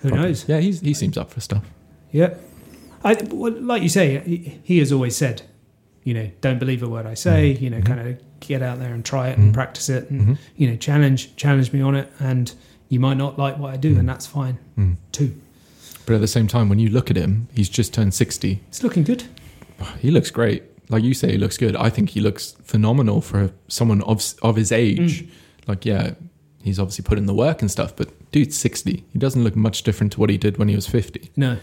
Speaker 2: Who
Speaker 1: Probably.
Speaker 2: knows?
Speaker 1: yeah he's, he seems up for stuff
Speaker 2: Yeah. I, well, like you say, he, he has always said, you know, don't believe a word I say, you know,
Speaker 1: Mhm.
Speaker 2: kind of get out there and try it
Speaker 1: Mhm.
Speaker 2: and practice it and,
Speaker 1: Mhm.
Speaker 2: you know,
Speaker 1: Hmm.
Speaker 2: challenge, challenge me on it. And you might not like what I do, and that's fine
Speaker 1: Mm.
Speaker 2: too.
Speaker 1: But at the same time, when you look at him, he's just turned 60.
Speaker 2: It's looking good.
Speaker 1: He looks great. Like you say, he looks good. I think he looks phenomenal for someone of of his
Speaker 2: Mm.
Speaker 1: age. Like, yeah, he's obviously put in the work and stuff, but dude's 60. He doesn't look much different to what he did when he was 50.
Speaker 2: No.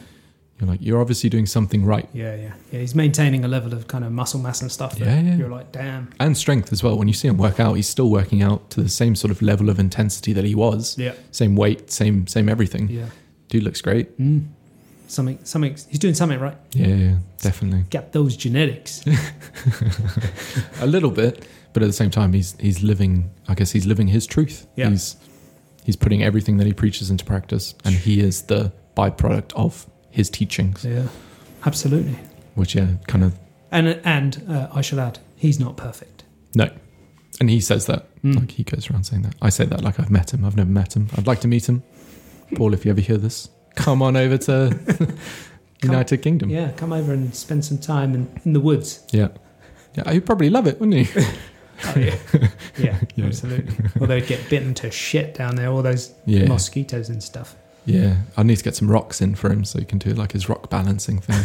Speaker 1: You're like, you're obviously doing something right.
Speaker 2: Yeah, yeah. Yeah, he's maintaining a level of kind of muscle mass and stuff. that
Speaker 1: Yeah, yeah.
Speaker 2: You're like, damn.
Speaker 1: And strength as well. When you see him work out, he's still working out to the same sort of level of intensity that he was.
Speaker 2: Yeah.
Speaker 1: Same weight, same same everything.
Speaker 2: Yeah.
Speaker 1: Dude looks great.
Speaker 2: Mm. Something, something. He's doing something right.
Speaker 1: Yeah, yeah, definitely.
Speaker 2: Get those genetics.
Speaker 1: a little bit, but at the same time, he's he's living. I guess he's living his truth.
Speaker 2: Yeah.
Speaker 1: He's he's putting everything that he preaches into practice, and he is the byproduct of his teachings.
Speaker 2: yeah. Absolutely.
Speaker 1: Which yeah, kind of
Speaker 2: And and uh, I shall add, he's not perfect.
Speaker 1: no. And he says that
Speaker 2: Mm.
Speaker 1: like he goes around saying that. I say that like I've met him. I've never met him. I'd like to meet him, Paul. If you ever hear this, come on over to United Kingdom. Yeah.
Speaker 2: Yeah, come over and spend some time in, in the woods.
Speaker 1: yeah, yeah. You'd probably love it, wouldn't you?
Speaker 2: Oh, yeah. yeah,
Speaker 1: Yeah.
Speaker 2: absolutely. Or they'd get bitten to shit down there, all those
Speaker 1: Yeah.
Speaker 2: mosquitoes and stuff.
Speaker 1: Yeah, I need to get some rocks in for him so he can do like his rock balancing thing.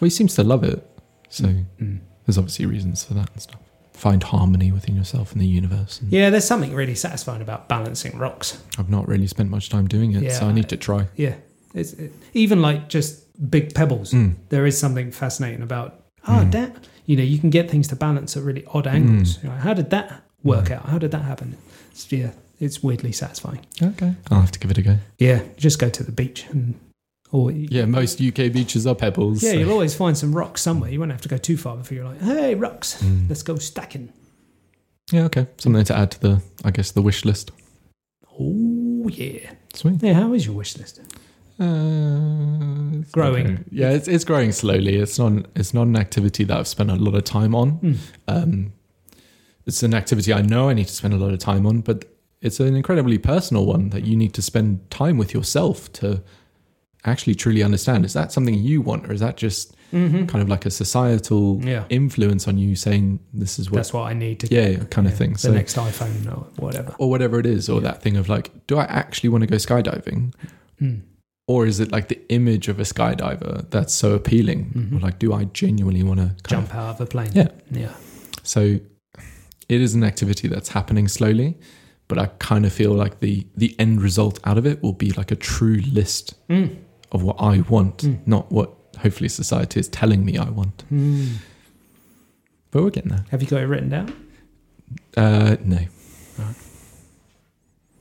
Speaker 1: well, he seems to love it, so
Speaker 2: Mm.
Speaker 1: there's obviously reasons for that and stuff. Find harmony within yourself and the universe. And
Speaker 2: Yeah, there's something really satisfying about balancing rocks.
Speaker 1: I've not really spent much time doing it, so
Speaker 2: Yeah.
Speaker 1: I need to try.
Speaker 2: Yeah. It's, it, even like just big pebbles,
Speaker 1: Mm.
Speaker 2: there is something fascinating about, oh,
Speaker 1: Mm.
Speaker 2: damn. You know, you can get things to balance at really odd angles. You're like, how did that work
Speaker 1: Mm.
Speaker 2: out? How did that happen? It's, yeah, it's weirdly satisfying.
Speaker 1: Okay, I'll have to give it a go.
Speaker 2: Yeah, just go to the beach and, or
Speaker 1: Yeah, most UK beaches are pebbles.
Speaker 2: Yeah,
Speaker 1: so-
Speaker 2: you'll always find some rocks somewhere. You won't have to go too far before you're like, hey, rocks,
Speaker 1: Mm.
Speaker 2: let's go stacking.
Speaker 1: yeah, okay. Something to add to the, I guess, the wish list.
Speaker 2: Oh, yeah.
Speaker 1: Sweet.
Speaker 2: Yeah, how is your wish list?
Speaker 1: Uh, it's
Speaker 2: Growing.
Speaker 1: okay. Yeah, it's, it's growing slowly. It's not it's not an activity that I've spent a lot of time on.
Speaker 2: Mm.
Speaker 1: Um, it's an activity I know I need to spend a lot of time on, but it's an incredibly personal one that you need to spend time with yourself to actually truly understand. Is that something you want, or is that just
Speaker 2: Mm-hmm.
Speaker 1: kind of like a societal
Speaker 2: Yeah.
Speaker 1: influence on you saying this is what?
Speaker 2: That's what I need to
Speaker 1: yeah, yeah, kind of
Speaker 2: yeah,
Speaker 1: thing.
Speaker 2: The
Speaker 1: So
Speaker 2: next iPhone or whatever.
Speaker 1: or whatever it is, or that thing of like, do I actually want to go skydiving?
Speaker 2: Mm.
Speaker 1: Or is it like the image of a skydiver that's so appealing?
Speaker 2: Mhm.
Speaker 1: Or like, do I genuinely want to
Speaker 2: Jump out of a plane.
Speaker 1: Yeah.
Speaker 2: Yeah.
Speaker 1: So it is an activity that's happening slowly, but I kind of feel like the the end result out of it will be like a true list
Speaker 2: Mm.
Speaker 1: of what I want,
Speaker 2: Mm.
Speaker 1: not what hopefully society is telling me I want.
Speaker 2: Mm.
Speaker 1: But we're getting there.
Speaker 2: Have you got it written down?
Speaker 1: Uh, no,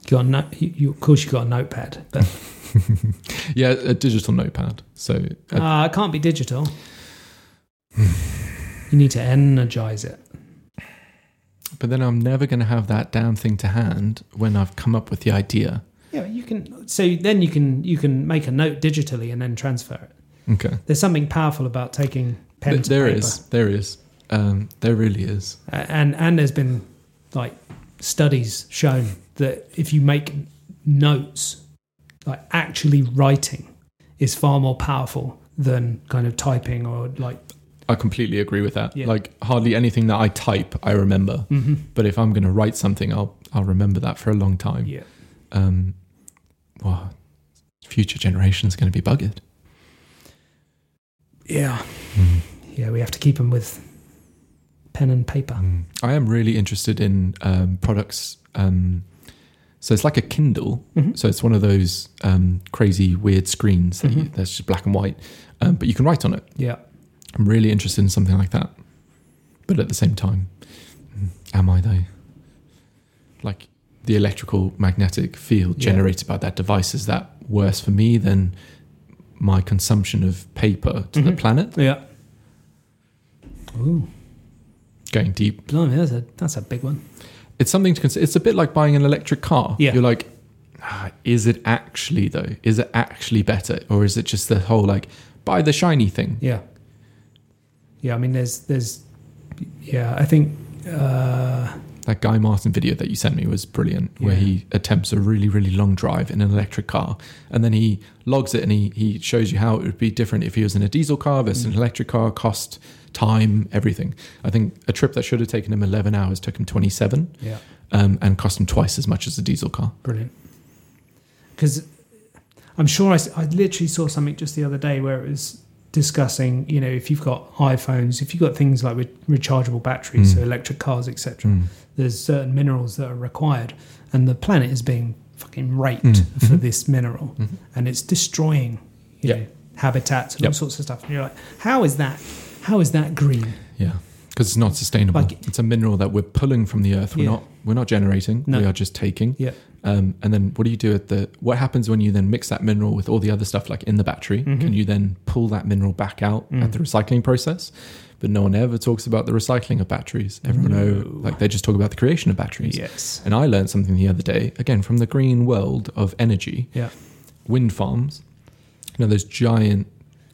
Speaker 2: You got a no- you, you, of course, you got a notepad, but
Speaker 1: yeah, a digital notepad. So uh,
Speaker 2: uh, it can't be digital. you need to energize it.
Speaker 1: But then I'm never going to have that damn thing to hand when I've come up with the idea.
Speaker 2: Yeah, you can. So then you can you can make a note digitally and then transfer it.
Speaker 1: Okay.
Speaker 2: There's something powerful about taking pen
Speaker 1: Th-
Speaker 2: to
Speaker 1: there
Speaker 2: paper.
Speaker 1: is. There is. Um, there really is.
Speaker 2: A- And and there's been like studies shown that if you make notes, like actually writing is far more powerful than kind of typing or like
Speaker 1: I completely agree with that.
Speaker 2: Yeah.
Speaker 1: Like hardly anything that I type, I remember.
Speaker 2: mm-hmm.
Speaker 1: But if I'm going to write something, I'll I'll remember that for a long time.
Speaker 2: yeah.
Speaker 1: Um, wow, future generations going to be buggered.
Speaker 2: Yeah. Mm. Yeah, we have to keep them with pen and paper.
Speaker 1: I am really interested in um, products. Um, so it's like a Kindle.
Speaker 2: Mhm.
Speaker 1: So it's one of those um, crazy, weird screens that you,
Speaker 2: Mhm.
Speaker 1: that's just black and white, um, but you can write on it.
Speaker 2: Yeah.
Speaker 1: I'm really interested in something like that. But at the same time, mm, am I though? Like the electrical magnetic field
Speaker 2: Yeah.
Speaker 1: generated by that device, is that worse for me than my consumption of paper to the
Speaker 2: Mhm.
Speaker 1: planet?
Speaker 2: Yeah. Ooh,
Speaker 1: Going deep.
Speaker 2: blimey, that's a that's a big one.
Speaker 1: It's something to consider. It's a bit like buying an electric car.
Speaker 2: Yeah.
Speaker 1: You're like, "Ah, is it actually though? Is it actually better? Or is it just the whole like, buy the shiny thing?
Speaker 2: Yeah. Yeah, I mean, there's there's, yeah, I think. Uh,
Speaker 1: That Guy Martin video that you sent me was brilliant, where
Speaker 2: Yeah.
Speaker 1: he attempts a really, really long drive in an electric car. And then he logs it and he, he shows you how it would be different if he was in a diesel car versus
Speaker 2: Mm.
Speaker 1: an electric car, cost, time, everything. I think a trip that should have taken him 11 hours took him 27
Speaker 2: yeah,
Speaker 1: um, and cost him twice as much as a diesel car.
Speaker 2: brilliant. Because I'm sure I, s- I literally saw something just the other day where it was discussing, you know, if you've got iPhones, if you've got things like re- rechargeable batteries,
Speaker 1: Mm.
Speaker 2: so electric cars, etc.,
Speaker 1: Mm.
Speaker 2: there's certain minerals that are required, and the planet is being fucking raped
Speaker 1: Mm.
Speaker 2: for
Speaker 1: Mhm.
Speaker 2: this mineral,
Speaker 1: Mhm.
Speaker 2: and it's destroying, you
Speaker 1: Yep.
Speaker 2: know, habitats and all
Speaker 1: Yep.
Speaker 2: sorts of stuff. And you're like, how is that? How is that green?
Speaker 1: Yeah, because it's not sustainable.
Speaker 2: Like-
Speaker 1: it's a mineral that we're pulling from the earth. We're
Speaker 2: Yeah.
Speaker 1: not we're not generating.
Speaker 2: No.
Speaker 1: We are just taking.
Speaker 2: Yeah.
Speaker 1: Um, and then what do you do at the? What happens when you then mix that mineral with all the other stuff like in the battery?
Speaker 2: Mhm.
Speaker 1: Can you then pull that mineral back out
Speaker 2: Mm.
Speaker 1: at the recycling process? But no one ever talks about the recycling of batteries. Everyone
Speaker 2: No.
Speaker 1: know like they just talk about the creation of batteries.
Speaker 2: Yes.
Speaker 1: And I learned something the other day again from the green world of energy.
Speaker 2: Yeah.
Speaker 1: Wind farms. You know those giant,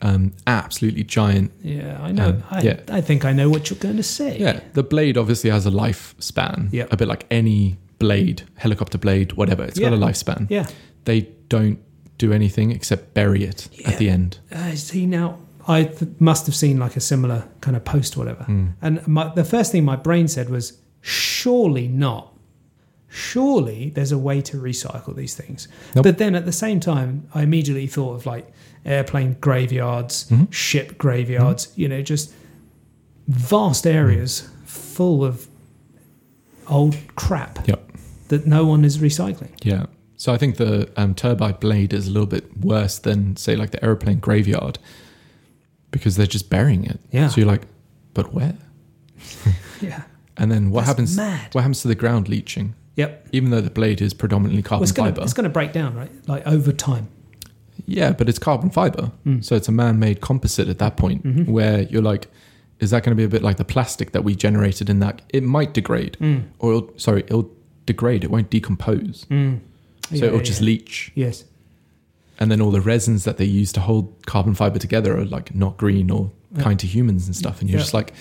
Speaker 1: um, absolutely giant
Speaker 2: Yeah, I know.
Speaker 1: Um,
Speaker 2: I,
Speaker 1: yeah.
Speaker 2: I think I know what you're going to say.
Speaker 1: Yeah, the blade obviously has a lifespan.
Speaker 2: Yeah.
Speaker 1: A bit like any blade, helicopter blade, whatever. It's got
Speaker 2: Yeah.
Speaker 1: a lifespan.
Speaker 2: Yeah.
Speaker 1: They don't do anything except bury it
Speaker 2: Yeah.
Speaker 1: at the end.
Speaker 2: Uh, see now, I th- must have seen like a similar kind of post, or whatever.
Speaker 1: Hmm.
Speaker 2: And my, the first thing my brain said was, "Surely not. Surely there's a way to recycle these things."
Speaker 1: Nope.
Speaker 2: But then at the same time, I immediately thought of like airplane graveyards,
Speaker 1: Mhm.
Speaker 2: ship graveyards.
Speaker 1: Mm-hmm.
Speaker 2: You know, just vast areas
Speaker 1: Mm.
Speaker 2: full of old crap
Speaker 1: Yep.
Speaker 2: that no one is recycling.
Speaker 1: Yeah. So I think the um, turbine blade is a little bit worse than, say, like the aeroplane graveyard because they're just burying it.
Speaker 2: Yeah.
Speaker 1: So you're like, but where?
Speaker 2: Yeah.
Speaker 1: And then what
Speaker 2: That's
Speaker 1: happens?
Speaker 2: Mad.
Speaker 1: What happens to the ground leaching?
Speaker 2: Yep.
Speaker 1: Even though the blade is predominantly carbon
Speaker 2: Well, it's going
Speaker 1: fiber,
Speaker 2: to break down, right? Like over time.
Speaker 1: Yeah, but it's carbon fiber.
Speaker 2: Mm.
Speaker 1: So it's a man made composite at that point
Speaker 2: Mhm.
Speaker 1: where you're like, is that going to be a bit like the plastic that we generated in that? It might degrade,
Speaker 2: Mm.
Speaker 1: or it'll, sorry, it'll degrade. It won't decompose. So
Speaker 2: Yeah,
Speaker 1: it'll
Speaker 2: Mm. yeah,
Speaker 1: just
Speaker 2: yeah.
Speaker 1: leach.
Speaker 2: Yes.
Speaker 1: And then all the resins that they use to hold carbon fiber together are like not green or
Speaker 2: Yeah.
Speaker 1: kind to humans and stuff. And you're
Speaker 2: Yeah.
Speaker 1: just like,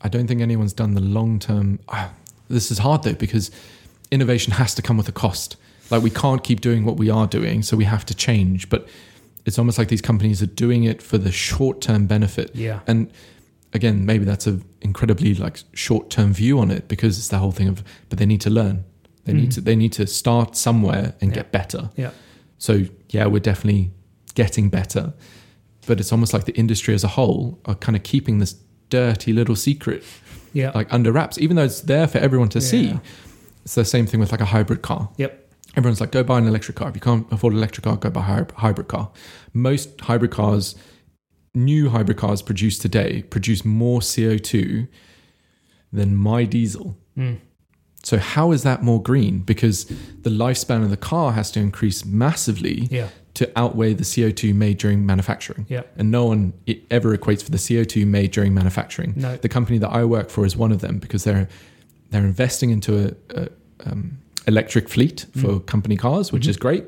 Speaker 1: I don't think anyone's done the long term. Ah, this is hard though, because innovation has to come with a cost. Like, we can't keep doing what we are doing, so we have to change. But it's almost like these companies are doing it for the short term benefit.
Speaker 2: Yeah.
Speaker 1: And again, maybe that's an incredibly like short term view on it because it's the whole thing of, but they need to learn. They need
Speaker 2: Mhm.
Speaker 1: to they need to start somewhere and
Speaker 2: Yeah.
Speaker 1: get better.
Speaker 2: Yeah.
Speaker 1: So yeah, we're definitely getting better, but it's almost like the industry as a whole are kind of keeping this dirty little secret
Speaker 2: Yeah.
Speaker 1: like under wraps, even though it's there for everyone to see.
Speaker 2: Yeah.
Speaker 1: It's the same thing with like a hybrid car.
Speaker 2: Yep.
Speaker 1: Everyone's like, go buy an electric car. If you can't afford an electric car, go buy a hy- hybrid car. Most hybrid cars, new hybrid cars produced today, produce more CO2 than my diesel.
Speaker 2: Mm.
Speaker 1: So, how is that more green? Because the lifespan of the car has to increase massively
Speaker 2: Yeah.
Speaker 1: to outweigh the CO2 made during manufacturing.
Speaker 2: Yeah.
Speaker 1: And no one i- ever equates for the CO2 made during manufacturing.
Speaker 2: No.
Speaker 1: The company that I work for is one of them because they're they're investing into a, a um, electric fleet for company cars, which is great.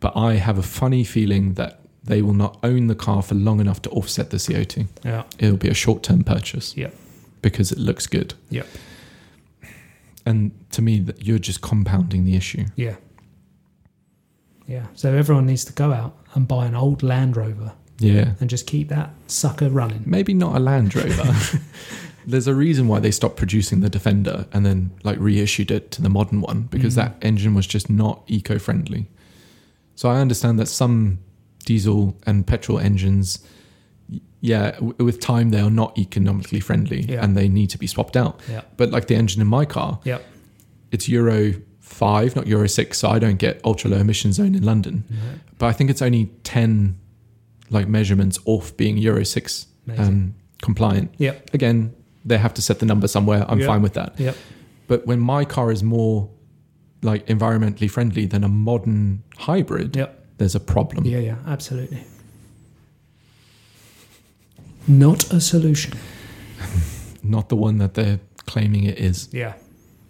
Speaker 1: But I have a funny feeling that they will not own the car for long enough to offset the CO2.
Speaker 2: Yeah.
Speaker 1: It'll be a short term purchase.
Speaker 2: Yep.
Speaker 1: Because it looks good.
Speaker 2: Yep.
Speaker 1: And to me, that you're just compounding the issue.
Speaker 2: Yeah. Yeah. So everyone needs to go out and buy an old Land Rover
Speaker 1: Yeah.
Speaker 2: and just keep that sucker running.
Speaker 1: maybe not a Land Rover. There's a reason why they stopped producing the Defender and then like reissued it to the modern one because
Speaker 2: Mhm.
Speaker 1: that engine was just not eco-friendly. So I understand that some diesel and petrol engines, y- yeah, w- with time they are not economically friendly
Speaker 2: Yeah.
Speaker 1: and they need to be swapped out.
Speaker 2: Yeah.
Speaker 1: But like the engine in my car,
Speaker 2: Yep.
Speaker 1: it's Euro five, not Euro six, so I don't get ultra low emission zone in London. But I think it's only ten like measurements off being Euro six
Speaker 2: Amazing.
Speaker 1: um, compliant.
Speaker 2: Yep.
Speaker 1: Again, they have to set the number somewhere. I'm
Speaker 2: Yeah.
Speaker 1: fine with that.
Speaker 2: Yep.
Speaker 1: But when my car is more like environmentally friendly than a modern hybrid,
Speaker 2: Yep.
Speaker 1: there's a problem.
Speaker 2: Yeah. Yeah. Absolutely. Not a solution.
Speaker 1: Not the one that they're claiming it is.
Speaker 2: Yeah,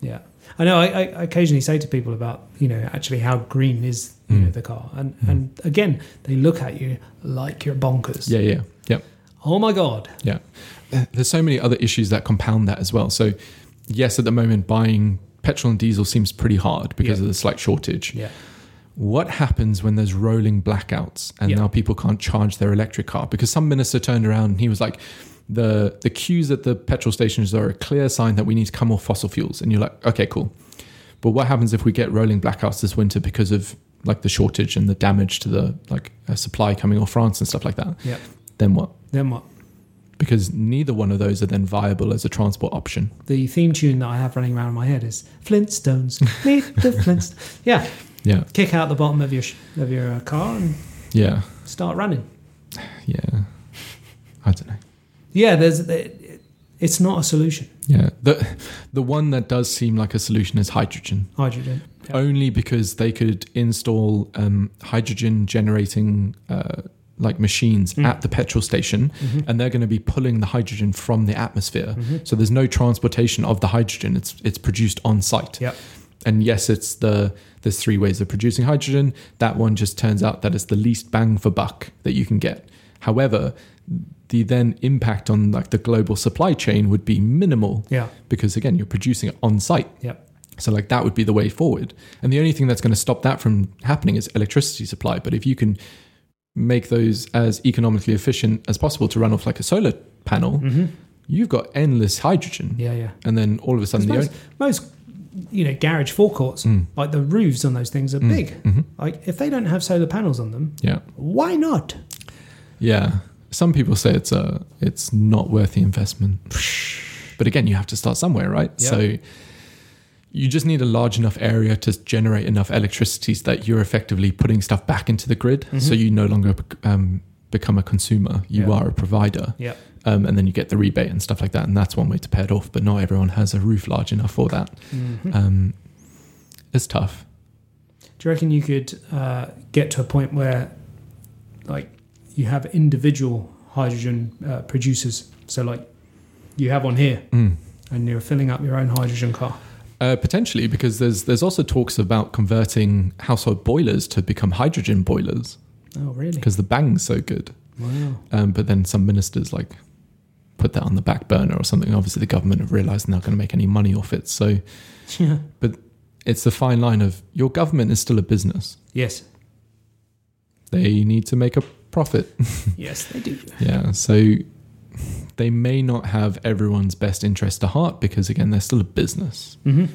Speaker 2: yeah. I know. I, I occasionally say to people about you know actually how green is you
Speaker 1: Mm.
Speaker 2: know the car, and and again they look at you like you're bonkers.
Speaker 1: Yeah, yeah, yep.
Speaker 2: Oh my god.
Speaker 1: Yeah. Uh, There's so many other issues that compound that as well. So, yes, at the moment, buying petrol and diesel seems pretty hard because
Speaker 2: Yeah.
Speaker 1: of the slight shortage.
Speaker 2: Yeah.
Speaker 1: What happens when there's rolling blackouts and
Speaker 2: Yeah.
Speaker 1: now people can't charge their electric car? Because some minister turned around and he was like, the, the queues at the petrol stations are a clear sign that we need to come off fossil fuels. And you're like, okay, cool. But what happens if we get rolling blackouts this winter because of like the shortage and the damage to the like uh, supply coming off France and stuff like that,
Speaker 2: Yep.
Speaker 1: then what?
Speaker 2: Then what?
Speaker 1: Because neither one of those are then viable as a transport option.
Speaker 2: The theme tune that I have running around in my head is Flintstones. Meet the Flintstones. Yeah,
Speaker 1: Yeah,
Speaker 2: kick out the bottom of your sh- of your uh, car and
Speaker 1: yeah,
Speaker 2: start running.
Speaker 1: yeah. I don't know.
Speaker 2: Yeah, there's it- it's not a solution.
Speaker 1: Yeah, the the one that does seem like a solution is hydrogen.
Speaker 2: Hydrogen. Yeah.
Speaker 1: only because they could install um, hydrogen generating uh, like machines
Speaker 2: Mm.
Speaker 1: at the petrol station
Speaker 2: Mhm.
Speaker 1: and they're going to be pulling the hydrogen from the atmosphere
Speaker 2: Mhm.
Speaker 1: so there's no transportation of the hydrogen it's it's produced on site
Speaker 2: Yep.
Speaker 1: and yes it's the there's three ways of producing hydrogen that one just turns out that it's the least bang for buck that you can get however the then impact on like the global supply chain would be minimal
Speaker 2: Yeah.
Speaker 1: because again you're producing it on site
Speaker 2: Yep.
Speaker 1: so like that would be the way forward. And the only thing that's going to stop that from happening is electricity supply. But if you can make those as economically efficient as possible to run off like a solar panel,
Speaker 2: hmm
Speaker 1: you've got endless hydrogen.
Speaker 2: Yeah. Yeah.
Speaker 1: And then all of a sudden, the
Speaker 2: Most, most, you know, garage forecourts,
Speaker 1: Mm.
Speaker 2: like the roofs on those things are
Speaker 1: Mm.
Speaker 2: big.
Speaker 1: Mhm.
Speaker 2: Like if they don't have solar panels on them,
Speaker 1: yeah,
Speaker 2: why not?
Speaker 1: yeah. Some people say it's uh it's not worth the investment. But again, you have to start somewhere, right?
Speaker 2: Yeah.
Speaker 1: So you just need a large enough area to generate enough electricity so that you're effectively putting stuff back into the grid.
Speaker 2: Mhm.
Speaker 1: So you no longer um, become a consumer; you
Speaker 2: Yeah.
Speaker 1: are a provider.
Speaker 2: Yep.
Speaker 1: um, and then you get the rebate and stuff like that. And that's one way to pay it off. But not everyone has a roof large enough for that.
Speaker 2: Mhm.
Speaker 1: Um, it's tough.
Speaker 2: Do you reckon you could uh, get to a point where, like, you have individual hydrogen uh, producers? So, like, you have one here,
Speaker 1: Mm.
Speaker 2: and you're filling up your own hydrogen car.
Speaker 1: Uh, potentially, because there's there's also talks about converting household boilers to become hydrogen boilers
Speaker 2: Oh, really?
Speaker 1: because the bang's so good.
Speaker 2: Wow.
Speaker 1: Um, but then some ministers like put that on the back burner or something. Obviously, the government have realised they're not going to make any money off it. So
Speaker 2: Yeah.
Speaker 1: it's the fine line of your government is still a business.
Speaker 2: Yes.
Speaker 1: They need to make a profit.
Speaker 2: Yes, they do.
Speaker 1: Yeah, so they may not have everyone's best interest to heart because, again, they're still a business.
Speaker 2: hmm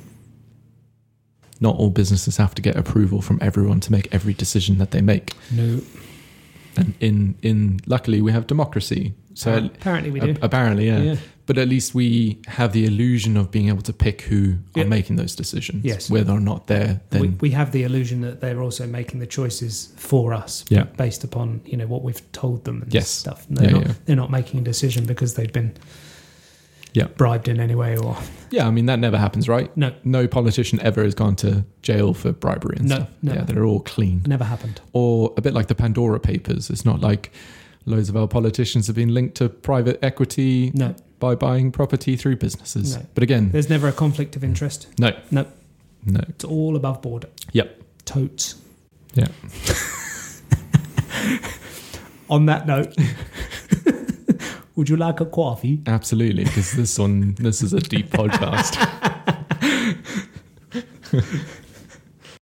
Speaker 1: Not all businesses have to get approval from everyone to make every decision that they make.
Speaker 2: No.
Speaker 1: And in in luckily we have democracy. So
Speaker 2: apparently Ah, we
Speaker 1: a-
Speaker 2: do.
Speaker 1: apparently, yeah.
Speaker 2: yeah.
Speaker 1: But at least we have the illusion of being able to pick who
Speaker 2: Yeah.
Speaker 1: are making those decisions,
Speaker 2: Yes.
Speaker 1: whether or not they're then
Speaker 2: we, we have the illusion that they're also making the choices for us
Speaker 1: Yeah.
Speaker 2: based upon you know what we've told them and
Speaker 1: Yes.
Speaker 2: stuff they're,
Speaker 1: Yeah,
Speaker 2: not,
Speaker 1: yeah.
Speaker 2: they're not making a decision because they've been
Speaker 1: Yeah.
Speaker 2: bribed in any way or
Speaker 1: Yeah, I mean that never happens, right?
Speaker 2: No.
Speaker 1: No politician ever has gone to jail for bribery and
Speaker 2: No,
Speaker 1: stuff.
Speaker 2: never.
Speaker 1: Yeah, they're all clean.
Speaker 2: never happened
Speaker 1: or a bit like the Pandora Papers. It's not like loads of our politicians have been linked to private equity
Speaker 2: no
Speaker 1: by buying property through businesses.
Speaker 2: No.
Speaker 1: But again,
Speaker 2: there's never a conflict of interest
Speaker 1: no.
Speaker 2: it's all above board
Speaker 1: Yep.
Speaker 2: totes
Speaker 1: Yeah.
Speaker 2: on that note would you like a coffee
Speaker 1: Absolutely, because this one, this is a deep podcast.